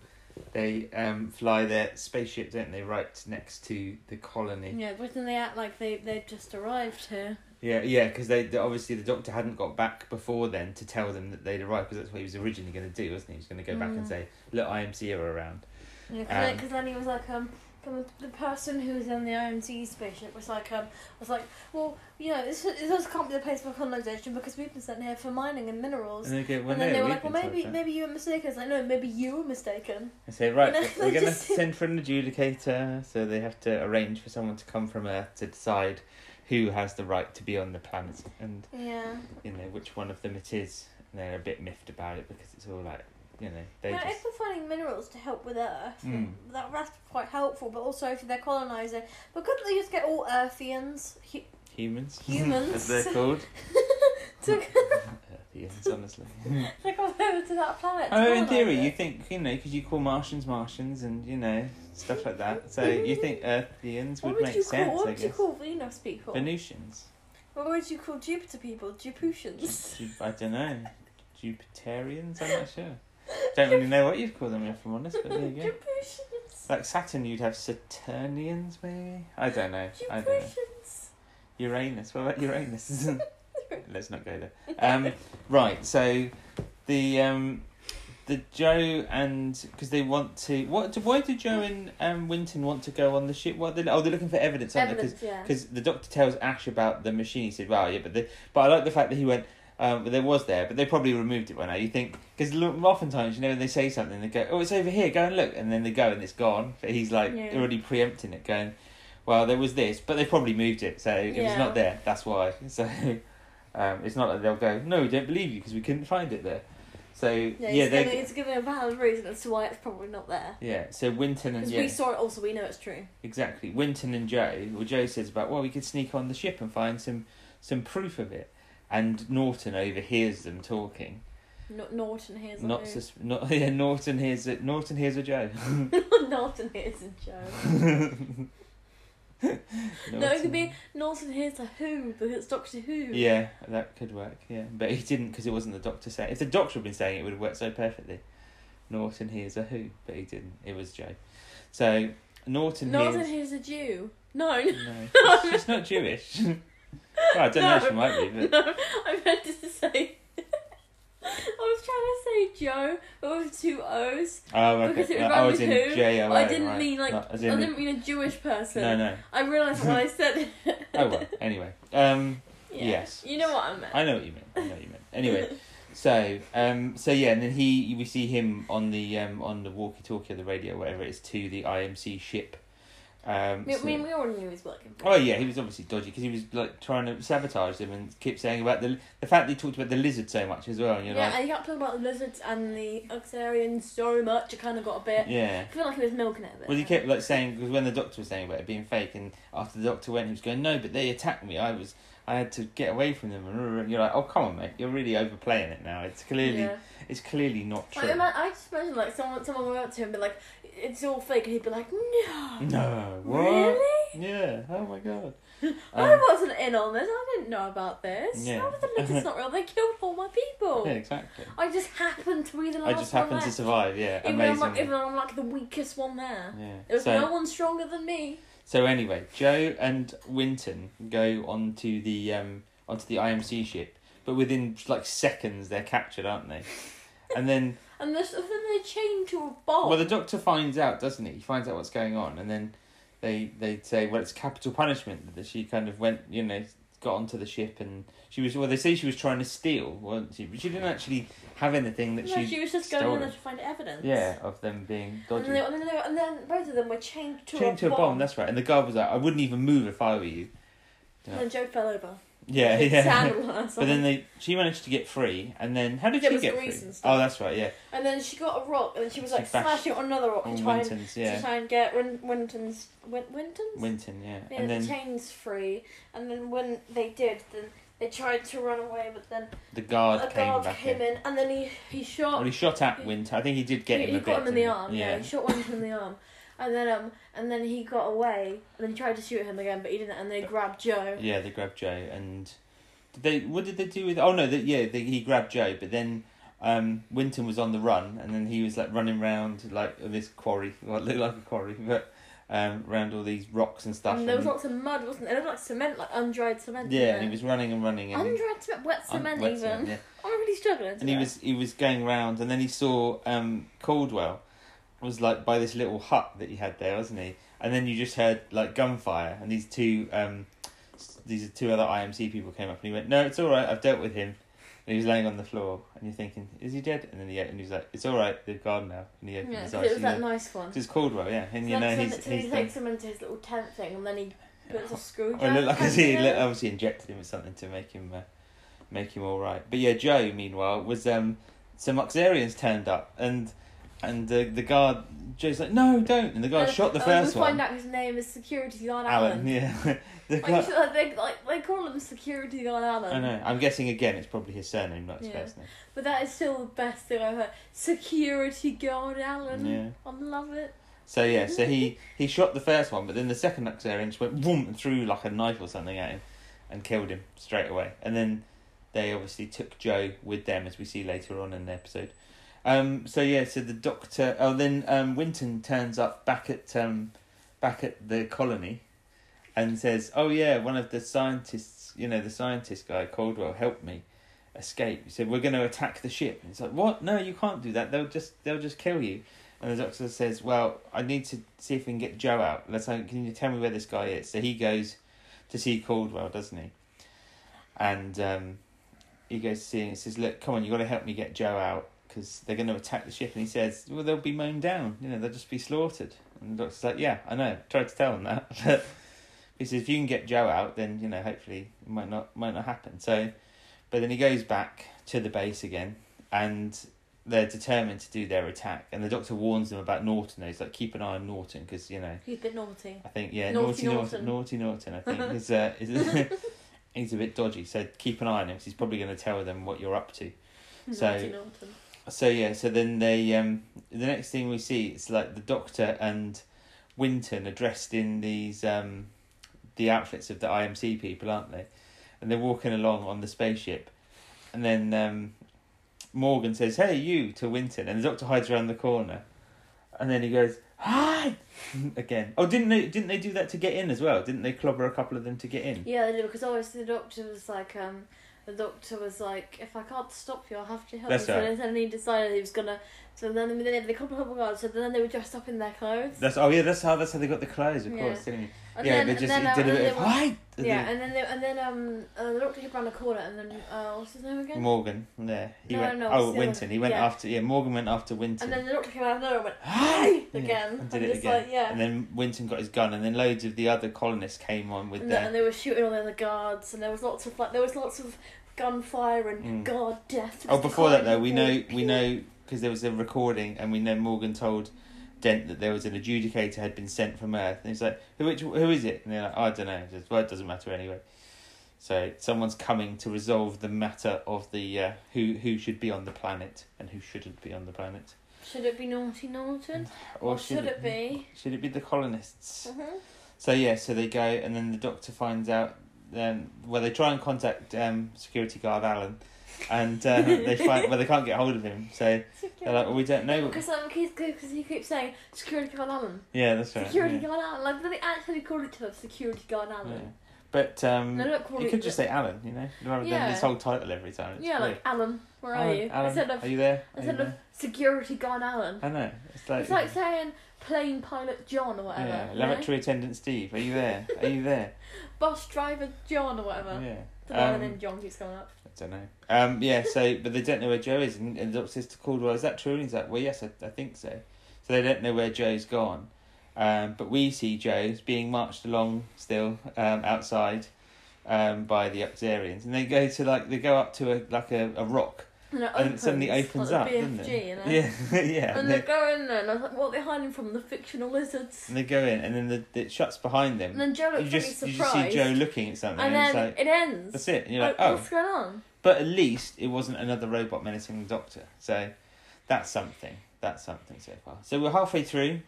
Speaker 3: they um fly their spaceship, don't they? Right next to the colony.
Speaker 2: Yeah, but then they act like they they just arrived here.
Speaker 3: Yeah, yeah, because they, they obviously the doctor hadn't got back before then to tell them that they'd arrived because that's what he was originally going to do, wasn't he? He was going to go back and
Speaker 2: Mm.
Speaker 3: say, "Look, IMC are around."
Speaker 2: Because
Speaker 3: Um,
Speaker 2: then, he was like, um, um, the person who was in the IMC spaceship was like, um, was like, well, you know, this, this can't be the place for colonization because we've been sent here for mining and minerals.
Speaker 3: And they go, "Well,
Speaker 2: and
Speaker 3: no,
Speaker 2: then they were
Speaker 3: we've
Speaker 2: like, well,
Speaker 3: been told
Speaker 2: maybe
Speaker 3: that."
Speaker 2: maybe you were mistaken. It's like, no, maybe you were mistaken.
Speaker 3: They say, right,
Speaker 2: You know,
Speaker 3: we're
Speaker 2: they
Speaker 3: going to
Speaker 2: just-
Speaker 3: send for an adjudicator, so they have to arrange for someone to come from Earth to decide who has the right to be on the planet and
Speaker 2: Yeah.
Speaker 3: you know which one of them it is. And they're a bit miffed about it because it's all like you know they
Speaker 2: Now,
Speaker 3: just
Speaker 2: if they're finding minerals to help with Earth,
Speaker 3: Mm.
Speaker 2: that, that's quite helpful. But also, if they're colonising, but couldn't they just get all Earthians hu-
Speaker 3: humans,
Speaker 2: Humans.
Speaker 3: as they're called.
Speaker 2: to
Speaker 3: Earthians, honestly.
Speaker 2: to come over to that planet? to
Speaker 3: I mean, in
Speaker 2: colonise
Speaker 3: theory, you
Speaker 2: it?
Speaker 3: think you know because you call Martians Martians and you know stuff like that. So you think Earthians
Speaker 2: What
Speaker 3: would,
Speaker 2: would
Speaker 3: make
Speaker 2: you call?
Speaker 3: sense,
Speaker 2: what
Speaker 3: I
Speaker 2: would you
Speaker 3: guess.
Speaker 2: call Venus people?
Speaker 3: Venusians.
Speaker 2: what would you call Jupiter people? Juputians.
Speaker 3: Ju- I don't know. Jupiterians. I'm not sure. Don't really know what you'd call them if I'm honest, but there you go.
Speaker 2: Juputians.
Speaker 3: Like Saturn, you'd have Saturnians, maybe. I don't know. I don't know.
Speaker 2: Juputians.
Speaker 3: Uranus. What about Uranus? Let's not go there. Um, right. So the um, the Joe and because they want to. What? do- Why do Joe and um, Winton want to go on the ship? What? Are they, oh, they're looking for evidence, aren't they? 'Cause
Speaker 2: Evidence, yeah.
Speaker 3: because the doctor tells Ash about the machine. He said, "Wow, yeah, but the, but I like the fact that he went. Um, but there was there, but they probably removed it by now. You think because oftentimes you know when they say something, they go, "Oh, it's over here. Go and look," and then they go and it's gone. But he's like
Speaker 2: Yeah.
Speaker 3: already preempting it, going, "Well, there was this, but they probably moved it, so it was
Speaker 2: Yeah.
Speaker 3: not there. That's why." So um, it's not that they'll go, "No, we don't believe you because we couldn't find it there." So
Speaker 2: Yeah,
Speaker 3: yeah,
Speaker 2: it's,
Speaker 3: they
Speaker 2: giving, it's giving a valid reason as to why it's probably not there.
Speaker 3: yeah. So Winton and
Speaker 2: Because
Speaker 3: yeah.
Speaker 2: we saw it, also we know it's true.
Speaker 3: Exactly. Winton and Joe, well, Joe says about, well, we could sneak on the ship and find some, some proof of it. And Norton overhears them talking.
Speaker 2: Not Norton hears
Speaker 3: Not,
Speaker 2: it.
Speaker 3: sus- not yeah. Norton hears it. Norton hears a Joe.
Speaker 2: Norton hears a Joe.
Speaker 3: Norton.
Speaker 2: No, it could be Norton hears a Who because it's Doctor Who.
Speaker 3: Yeah, that could work. Yeah, but he didn't because it wasn't the doctor saying. If the doctor had been saying it, it would have worked so perfectly. Norton hears a who, but he didn't. It was Joe. So Norton,
Speaker 2: Norton
Speaker 3: hears.
Speaker 2: hears a Jew. No, no,
Speaker 3: No, she's not Jewish. well, I don't know if she
Speaker 2: No.
Speaker 3: might be, but
Speaker 2: I meant to say. I was trying to say Joe, but with two O's.
Speaker 3: Oh, okay.
Speaker 2: Because it
Speaker 3: No,
Speaker 2: was
Speaker 3: I
Speaker 2: rhymed
Speaker 3: was
Speaker 2: with
Speaker 3: in
Speaker 2: who,
Speaker 3: J-O-O,
Speaker 2: I didn't
Speaker 3: right.
Speaker 2: mean like
Speaker 3: No,
Speaker 2: I
Speaker 3: as in-
Speaker 2: didn't mean a Jewish person.
Speaker 3: No, no.
Speaker 2: I realised when I said it.
Speaker 3: Oh well. Anyway, um, Yes.
Speaker 2: You know what I meant.
Speaker 3: I know what you meant. I know what you meant. Anyway, so um, so yeah, and then he we see him on the um on the walkie-talkie or the radio, whatever it is, to the IMC ship. Um,
Speaker 2: I
Speaker 3: so-
Speaker 2: mean, we already knew he was working. for
Speaker 3: Oh yeah, he was obviously dodgy because he was like trying to sabotage them and kept saying about the the fact that he talked about the lizard so much as well. And you're
Speaker 2: yeah,
Speaker 3: like,
Speaker 2: and he kept talking about the lizards and the Oxarians so much, it kind of got a bit.
Speaker 3: yeah.
Speaker 2: I feel like he was milking it a bit.
Speaker 3: Well, he kept like saying because when the doctor was saying about it being fake, and after the doctor went, he was going, "No, but they attacked me. I was, I had to get away from them." And you're like, "Oh, come on, mate! You're really overplaying it now. It's clearly,
Speaker 2: Yeah.
Speaker 3: it's clearly not true."
Speaker 2: Like, ima- I just imagine like someone someone went up to him and be like, "It's all fake," and he'd be like, "No,
Speaker 3: no, what?
Speaker 2: really?
Speaker 3: Yeah. Oh my god.
Speaker 2: I
Speaker 3: Um,
Speaker 2: wasn't in on this. I didn't know about this.
Speaker 3: Yeah.
Speaker 2: How was the lizards not real? They killed all my people.
Speaker 3: yeah, exactly.
Speaker 2: I just happened to be the
Speaker 3: I
Speaker 2: last
Speaker 3: just
Speaker 2: one
Speaker 3: happened to
Speaker 2: left.
Speaker 3: survive. Yeah,
Speaker 2: Even though, I'm like,
Speaker 3: amazingly.
Speaker 2: even though I'm like the weakest one there.
Speaker 3: yeah.
Speaker 2: There was
Speaker 3: so,
Speaker 2: no one stronger than me.
Speaker 3: So anyway, Joe and Winton go onto the um onto the IMC ship, but within like seconds they're captured, aren't they? And then
Speaker 2: And this, then they chained to a box.
Speaker 3: Well, the doctor finds out, doesn't he? He finds out what's going on, and then they they say, well, it's capital punishment that she kind of went, you know, got onto the ship, and she was. Well, they say she was trying to steal, wasn't she? But she didn't actually have anything that
Speaker 2: no,
Speaker 3: she.
Speaker 2: she was just going in
Speaker 3: stolen.
Speaker 2: there to find evidence.
Speaker 3: Yeah, of them being
Speaker 2: And
Speaker 3: dodgy.
Speaker 2: then, they, and, then they, and then both of them were chained to,
Speaker 3: Chained
Speaker 2: a,
Speaker 3: to a
Speaker 2: bomb.
Speaker 3: bomb. That's right. And the guard was like, I wouldn't even move if I were you.
Speaker 2: And then Joe fell over.
Speaker 3: Yeah,
Speaker 2: It
Speaker 3: yeah.
Speaker 2: sounded like
Speaker 3: But then
Speaker 2: something.
Speaker 3: they, she managed to get free, and then how did
Speaker 2: There
Speaker 3: she
Speaker 2: was
Speaker 3: get
Speaker 2: grease
Speaker 3: free?
Speaker 2: and stuff.
Speaker 3: Oh, that's right. Yeah,
Speaker 2: and then she got a rock, and then she was
Speaker 3: She
Speaker 2: like
Speaker 3: bashed
Speaker 2: smashing on another rock to
Speaker 3: on
Speaker 2: try and
Speaker 3: Winton's.
Speaker 2: to
Speaker 3: Yeah,
Speaker 2: try and get Win- Winton's Win- Winton's
Speaker 3: Winton. Yeah,
Speaker 2: yeah,
Speaker 3: and
Speaker 2: the
Speaker 3: then
Speaker 2: chains free. And then when they did, then they tried to run away, but then
Speaker 3: the
Speaker 2: a
Speaker 3: guard came
Speaker 2: guard
Speaker 3: back in.
Speaker 2: came in, and then he he shot.
Speaker 3: Well, he shot at Winter. I think he did get
Speaker 2: he,
Speaker 3: him
Speaker 2: he
Speaker 3: a bit.
Speaker 2: got him in the
Speaker 3: didn't
Speaker 2: arm. Yeah. he shot Winton in the arm. And then um and then he got away and then he tried to shoot him again but he didn't and they grabbed Joe.
Speaker 3: Yeah, they grabbed Joe and did they what did they do with Oh no, the, yeah, they, he grabbed Joe, but then um Winton was on the run and then he was like running round like this quarry, what looked like a quarry, but um round all these rocks and stuff.
Speaker 2: And there was
Speaker 3: and-
Speaker 2: lots of mud, wasn't there? There was like cement, like undried cement.
Speaker 3: yeah,
Speaker 2: wasn't
Speaker 3: and he was running and running
Speaker 2: it?
Speaker 3: and
Speaker 2: undried cement, wet
Speaker 3: un-
Speaker 2: cement
Speaker 3: wet
Speaker 2: even.
Speaker 3: cement, yeah.
Speaker 2: I'm really struggling.
Speaker 3: and he
Speaker 2: today.
Speaker 3: was he was going round and then he saw um Caldwell was like by this little hut that he had there wasn't he and then you just heard like gunfire and these two um s- these two other IMC people came up and he went no it's all right I've dealt with him and he was laying on the floor and you're thinking is he dead and then he and he's like it's all right they've gone now and he opened
Speaker 2: Yeah,
Speaker 3: his
Speaker 2: because it
Speaker 3: eyes
Speaker 2: was
Speaker 3: you know.
Speaker 2: that nice one.
Speaker 3: So it's Caldwell yeah and you
Speaker 2: So
Speaker 3: know
Speaker 2: that's when-
Speaker 3: he's
Speaker 2: so he
Speaker 3: he's
Speaker 2: takes
Speaker 3: done.
Speaker 2: him into his little tent thing, and then he but it's a screwdriver.
Speaker 3: Well, it looked like I see,
Speaker 2: you know?
Speaker 3: li- obviously injected him with something to make him uh, make him all right. But yeah, Joe meanwhile was um some Oxarians turned up and and the the guard Joe's like no don't and the guy
Speaker 2: And-
Speaker 3: shot the
Speaker 2: and
Speaker 3: first
Speaker 2: we Uh, oh,
Speaker 3: one.
Speaker 2: find out his name is Security Guard Alan.
Speaker 3: Alan, yeah. the
Speaker 2: Like,
Speaker 3: guy,
Speaker 2: so, like, they, like, they call him Security Guard Alan.
Speaker 3: I know. I'm guessing again it's probably his surname, not his
Speaker 2: Yeah.
Speaker 3: first name.
Speaker 2: But that is still the best thing I've heard. Security Guard Alan.
Speaker 3: Yeah.
Speaker 2: I love it.
Speaker 3: So yeah, so he he shot the first one, but then the second Oxarian just went vroom and threw like a knife or something at him, and killed him straight away. And then they obviously took Joe with them, as we see later on in the episode. Um, so yeah, so the doctor. Oh, then um, Winton turns up back at um, back at the colony, and says, "Oh yeah, one of the scientists, you know, the scientist guy Caldwell helped me." escape he said we're going to attack the ship and it's like what no you can't do that they'll just they'll just kill you and the doctor says, "Well, I need to see if we can get Joe out. Let's can you tell me where this guy is?" So he goes to see Caldwell, doesn't he? And um, he goes to see him and says, "Look, come on, you got to help me get Joe out because they're going to attack the ship." And he says, "Well, they'll be mown down. You know, they'll just be slaughtered." And the doctor's like, "Yeah, I know. Tried to tell him that." But he says, "If you can get Joe out, then you know, hopefully, it might not might not happen." So, but then he goes back to the base again and they're determined to do their attack, and the doctor warns them about Norton. He's like, keep an eye on Norton because you know,
Speaker 2: He's a bit naughty.
Speaker 3: I think yeah, naughty
Speaker 2: Naughty
Speaker 3: Norton, naughty Norton. I think is uh, is he's a bit dodgy, so keep an eye on him. 'cause he's probably going to tell them what you're up to. So-
Speaker 2: naughty Norton.
Speaker 3: So yeah, so then they um the next thing we see it's like the doctor and Winton are dressed in these um the outfits of the IMC people, aren't they? And they're walking along on the spaceship. And then um Morgan says, Hey you to Winton and the doctor hides around the corner. And then he goes, Hide again. Oh didn't they didn't they do that to get in as well? Didn't they clobber a couple of them to get in?
Speaker 2: Yeah, they do because obviously the doctor was like, um, the doctor was like, if I can't stop you, I'll have to help
Speaker 3: That's
Speaker 2: you. So
Speaker 3: right.
Speaker 2: then he decided he was gonna. So then they they, they called Purple Guard. So then they were dressed up in their clothes.
Speaker 3: That's oh yeah, that's how that's how they got the clothes, of
Speaker 2: Yeah.
Speaker 3: course, didn't he?
Speaker 2: And
Speaker 3: yeah,
Speaker 2: then,
Speaker 3: they just
Speaker 2: and
Speaker 3: he
Speaker 2: then,
Speaker 3: did
Speaker 2: uh,
Speaker 3: a
Speaker 2: and
Speaker 3: bit
Speaker 2: then
Speaker 3: of
Speaker 2: they were-
Speaker 3: hide and then-
Speaker 2: Yeah, and then they, and then um, uh, the doctor came around the corner, and then uh, what's his name again?
Speaker 3: Morgan, yeah. He
Speaker 2: No,
Speaker 3: went,
Speaker 2: no,
Speaker 3: oh,
Speaker 2: still-
Speaker 3: Winton. He went
Speaker 2: yeah.
Speaker 3: after, yeah, Morgan went after Winton.
Speaker 2: And then the doctor came out of nowhere and went
Speaker 3: Hi! Yeah,
Speaker 2: again.
Speaker 3: and
Speaker 2: I'm
Speaker 3: did it
Speaker 2: just
Speaker 3: again.
Speaker 2: like, yeah.
Speaker 3: And then Winton got his gun, and then loads of the other colonists came on with
Speaker 2: and,
Speaker 3: their.
Speaker 2: the- and they were shooting all the other guards, and there was lots of like there was lots of gunfire and
Speaker 3: Mm.
Speaker 2: guard death.
Speaker 3: Oh,
Speaker 2: Mr.
Speaker 3: before that though,
Speaker 2: Clyde,
Speaker 3: we
Speaker 2: pew,
Speaker 3: know
Speaker 2: pew.
Speaker 3: we know because there was a recording, and we know Morgan told Dent that there was an adjudicator had been sent from Earth, and he's like, "Who which, who is it?" And they're like, "I don't know." Says, well, it doesn't matter anyway. So someone's coming to resolve the matter of the uh, who who should be on the planet and who shouldn't be on the planet,
Speaker 2: Should it be naughty Norton?
Speaker 3: or,
Speaker 2: Or should it be?
Speaker 3: Should it be the colonists?
Speaker 2: Mhm.
Speaker 3: So yeah, so they go, and then the doctor finds out. Um, well, they try and contact um, security guard Alan, and uh, they find well they can't get hold of him. So they're like, well, we don't know. What...
Speaker 2: Because um, he's good because he keeps saying security guard Alan,
Speaker 3: Yeah, that's right.
Speaker 2: security
Speaker 3: yeah.
Speaker 2: guard Alan. Like they actually called it to him, security guard Alan.
Speaker 3: Yeah. But um,
Speaker 2: No, don't call
Speaker 3: you
Speaker 2: it-
Speaker 3: could just say Alan, you know, rather than
Speaker 2: Yeah.
Speaker 3: this whole title every time. It's
Speaker 2: Yeah,
Speaker 3: weird.
Speaker 2: like Alan, where are
Speaker 3: Alan,
Speaker 2: you?
Speaker 3: Alan,
Speaker 2: instead of
Speaker 3: are you there? Are you
Speaker 2: instead of
Speaker 3: there?
Speaker 2: security guard Alan.
Speaker 3: I know. It's like,
Speaker 2: It's like saying plane pilot John or whatever.
Speaker 3: yeah,
Speaker 2: you know?
Speaker 3: laboratory attendant Steve. Are you there? Are you there?
Speaker 2: Bus driver John or whatever.
Speaker 3: yeah.
Speaker 2: The one
Speaker 3: Um,
Speaker 2: and then John keeps going up.
Speaker 3: I don't know. Um, yeah, so, but they don't know where Joe is. And, and the doctor says to Caldwell, is that true? And he's like, well, yes, I, I think so. So they don't know where Joe's gone. Um, but we see Joe's being marched along still um, outside um, by the Oxarians. And they go to, like, they go up to, a like, a, a rock.
Speaker 2: And it,
Speaker 3: and it suddenly opens
Speaker 2: like
Speaker 3: up,
Speaker 2: the
Speaker 3: doesn't
Speaker 2: BFG,
Speaker 3: it?
Speaker 2: You know?
Speaker 3: Yeah, yeah.
Speaker 2: And
Speaker 3: And
Speaker 2: they
Speaker 3: they,
Speaker 2: go in there, and I was like, "What are they hiding from? The fictional lizards."
Speaker 3: and they go in, and then the, the, it shuts behind
Speaker 2: And
Speaker 3: them.
Speaker 2: then Joe looks
Speaker 3: You just,
Speaker 2: really
Speaker 3: you just see
Speaker 2: surprised.
Speaker 3: Joe looking at something,
Speaker 2: and
Speaker 3: and,
Speaker 2: then
Speaker 3: it's like,
Speaker 2: it ends.
Speaker 3: that's it. And you're like,
Speaker 2: Like,
Speaker 3: oh.
Speaker 2: what's going on?
Speaker 3: But at least it wasn't another robot menacing the Doctor. So that's something. That's something so far. So we're halfway through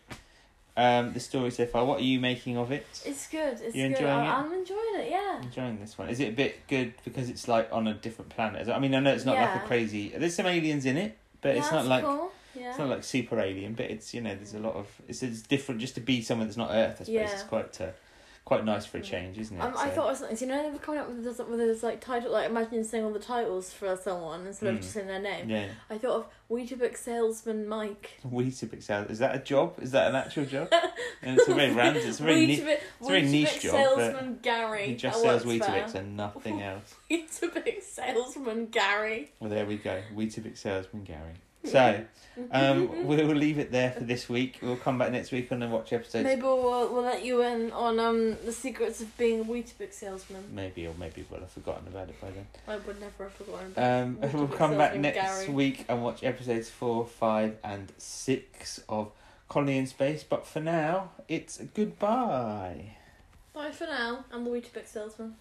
Speaker 3: um, the story so far. What are you making of it?
Speaker 2: It's good. It's
Speaker 3: You're
Speaker 2: good.
Speaker 3: enjoying
Speaker 2: I,
Speaker 3: it?
Speaker 2: I'm enjoying it. Yeah.
Speaker 3: Enjoying this one. Is it a bit good because it's like on a different planet? Is it- I mean, I know it's not like
Speaker 2: Yeah.
Speaker 3: a crazy. There's some aliens in it, but
Speaker 2: yeah,
Speaker 3: it's not like
Speaker 2: cool. Yeah.
Speaker 3: it's not like super alien. But it's you know there's a lot of it's, it's different just to be someone that's not Earth. I suppose
Speaker 2: Yeah.
Speaker 3: it's quite uh, quite nice for a
Speaker 2: Mm.
Speaker 3: change, isn't it?
Speaker 2: um, I
Speaker 3: So-
Speaker 2: thought it was something. You know, they were coming up with those, with those like title, like imagine saying all the titles for someone instead
Speaker 3: Mm.
Speaker 2: of just saying their name.
Speaker 3: yeah.
Speaker 2: I thought of Weetabix salesman Mike.
Speaker 3: Weetabix Is that a job? Is that an actual job? and it's a very random. It's a very neat.
Speaker 2: Weetabix,
Speaker 3: it's a very
Speaker 2: Weetabix
Speaker 3: niche job, but
Speaker 2: salesman Gary.
Speaker 3: He
Speaker 2: That
Speaker 3: just sells
Speaker 2: works for
Speaker 3: Weetabix
Speaker 2: her.
Speaker 3: and nothing else.
Speaker 2: Weetabix salesman Gary.
Speaker 3: Well, there we go. Weetabix salesman Gary.
Speaker 2: Hmm.
Speaker 3: So, um, we'll leave it there for this week. We'll come back next week on the watch episode.
Speaker 2: Maybe we'll, we'll let you in on um the secrets of being a Weetabix salesman.
Speaker 3: Maybe, or maybe we'll have forgotten about it by then.
Speaker 2: I would never have forgotten. about
Speaker 3: Um,
Speaker 2: We'll
Speaker 3: we'll
Speaker 2: keep it
Speaker 3: come back
Speaker 2: solid,
Speaker 3: next
Speaker 2: Gary.
Speaker 3: week and watch episodes four, five, and six of Colony in Space. But for now, it's goodbye.
Speaker 2: Bye for now. I'm the Weetabix salesman.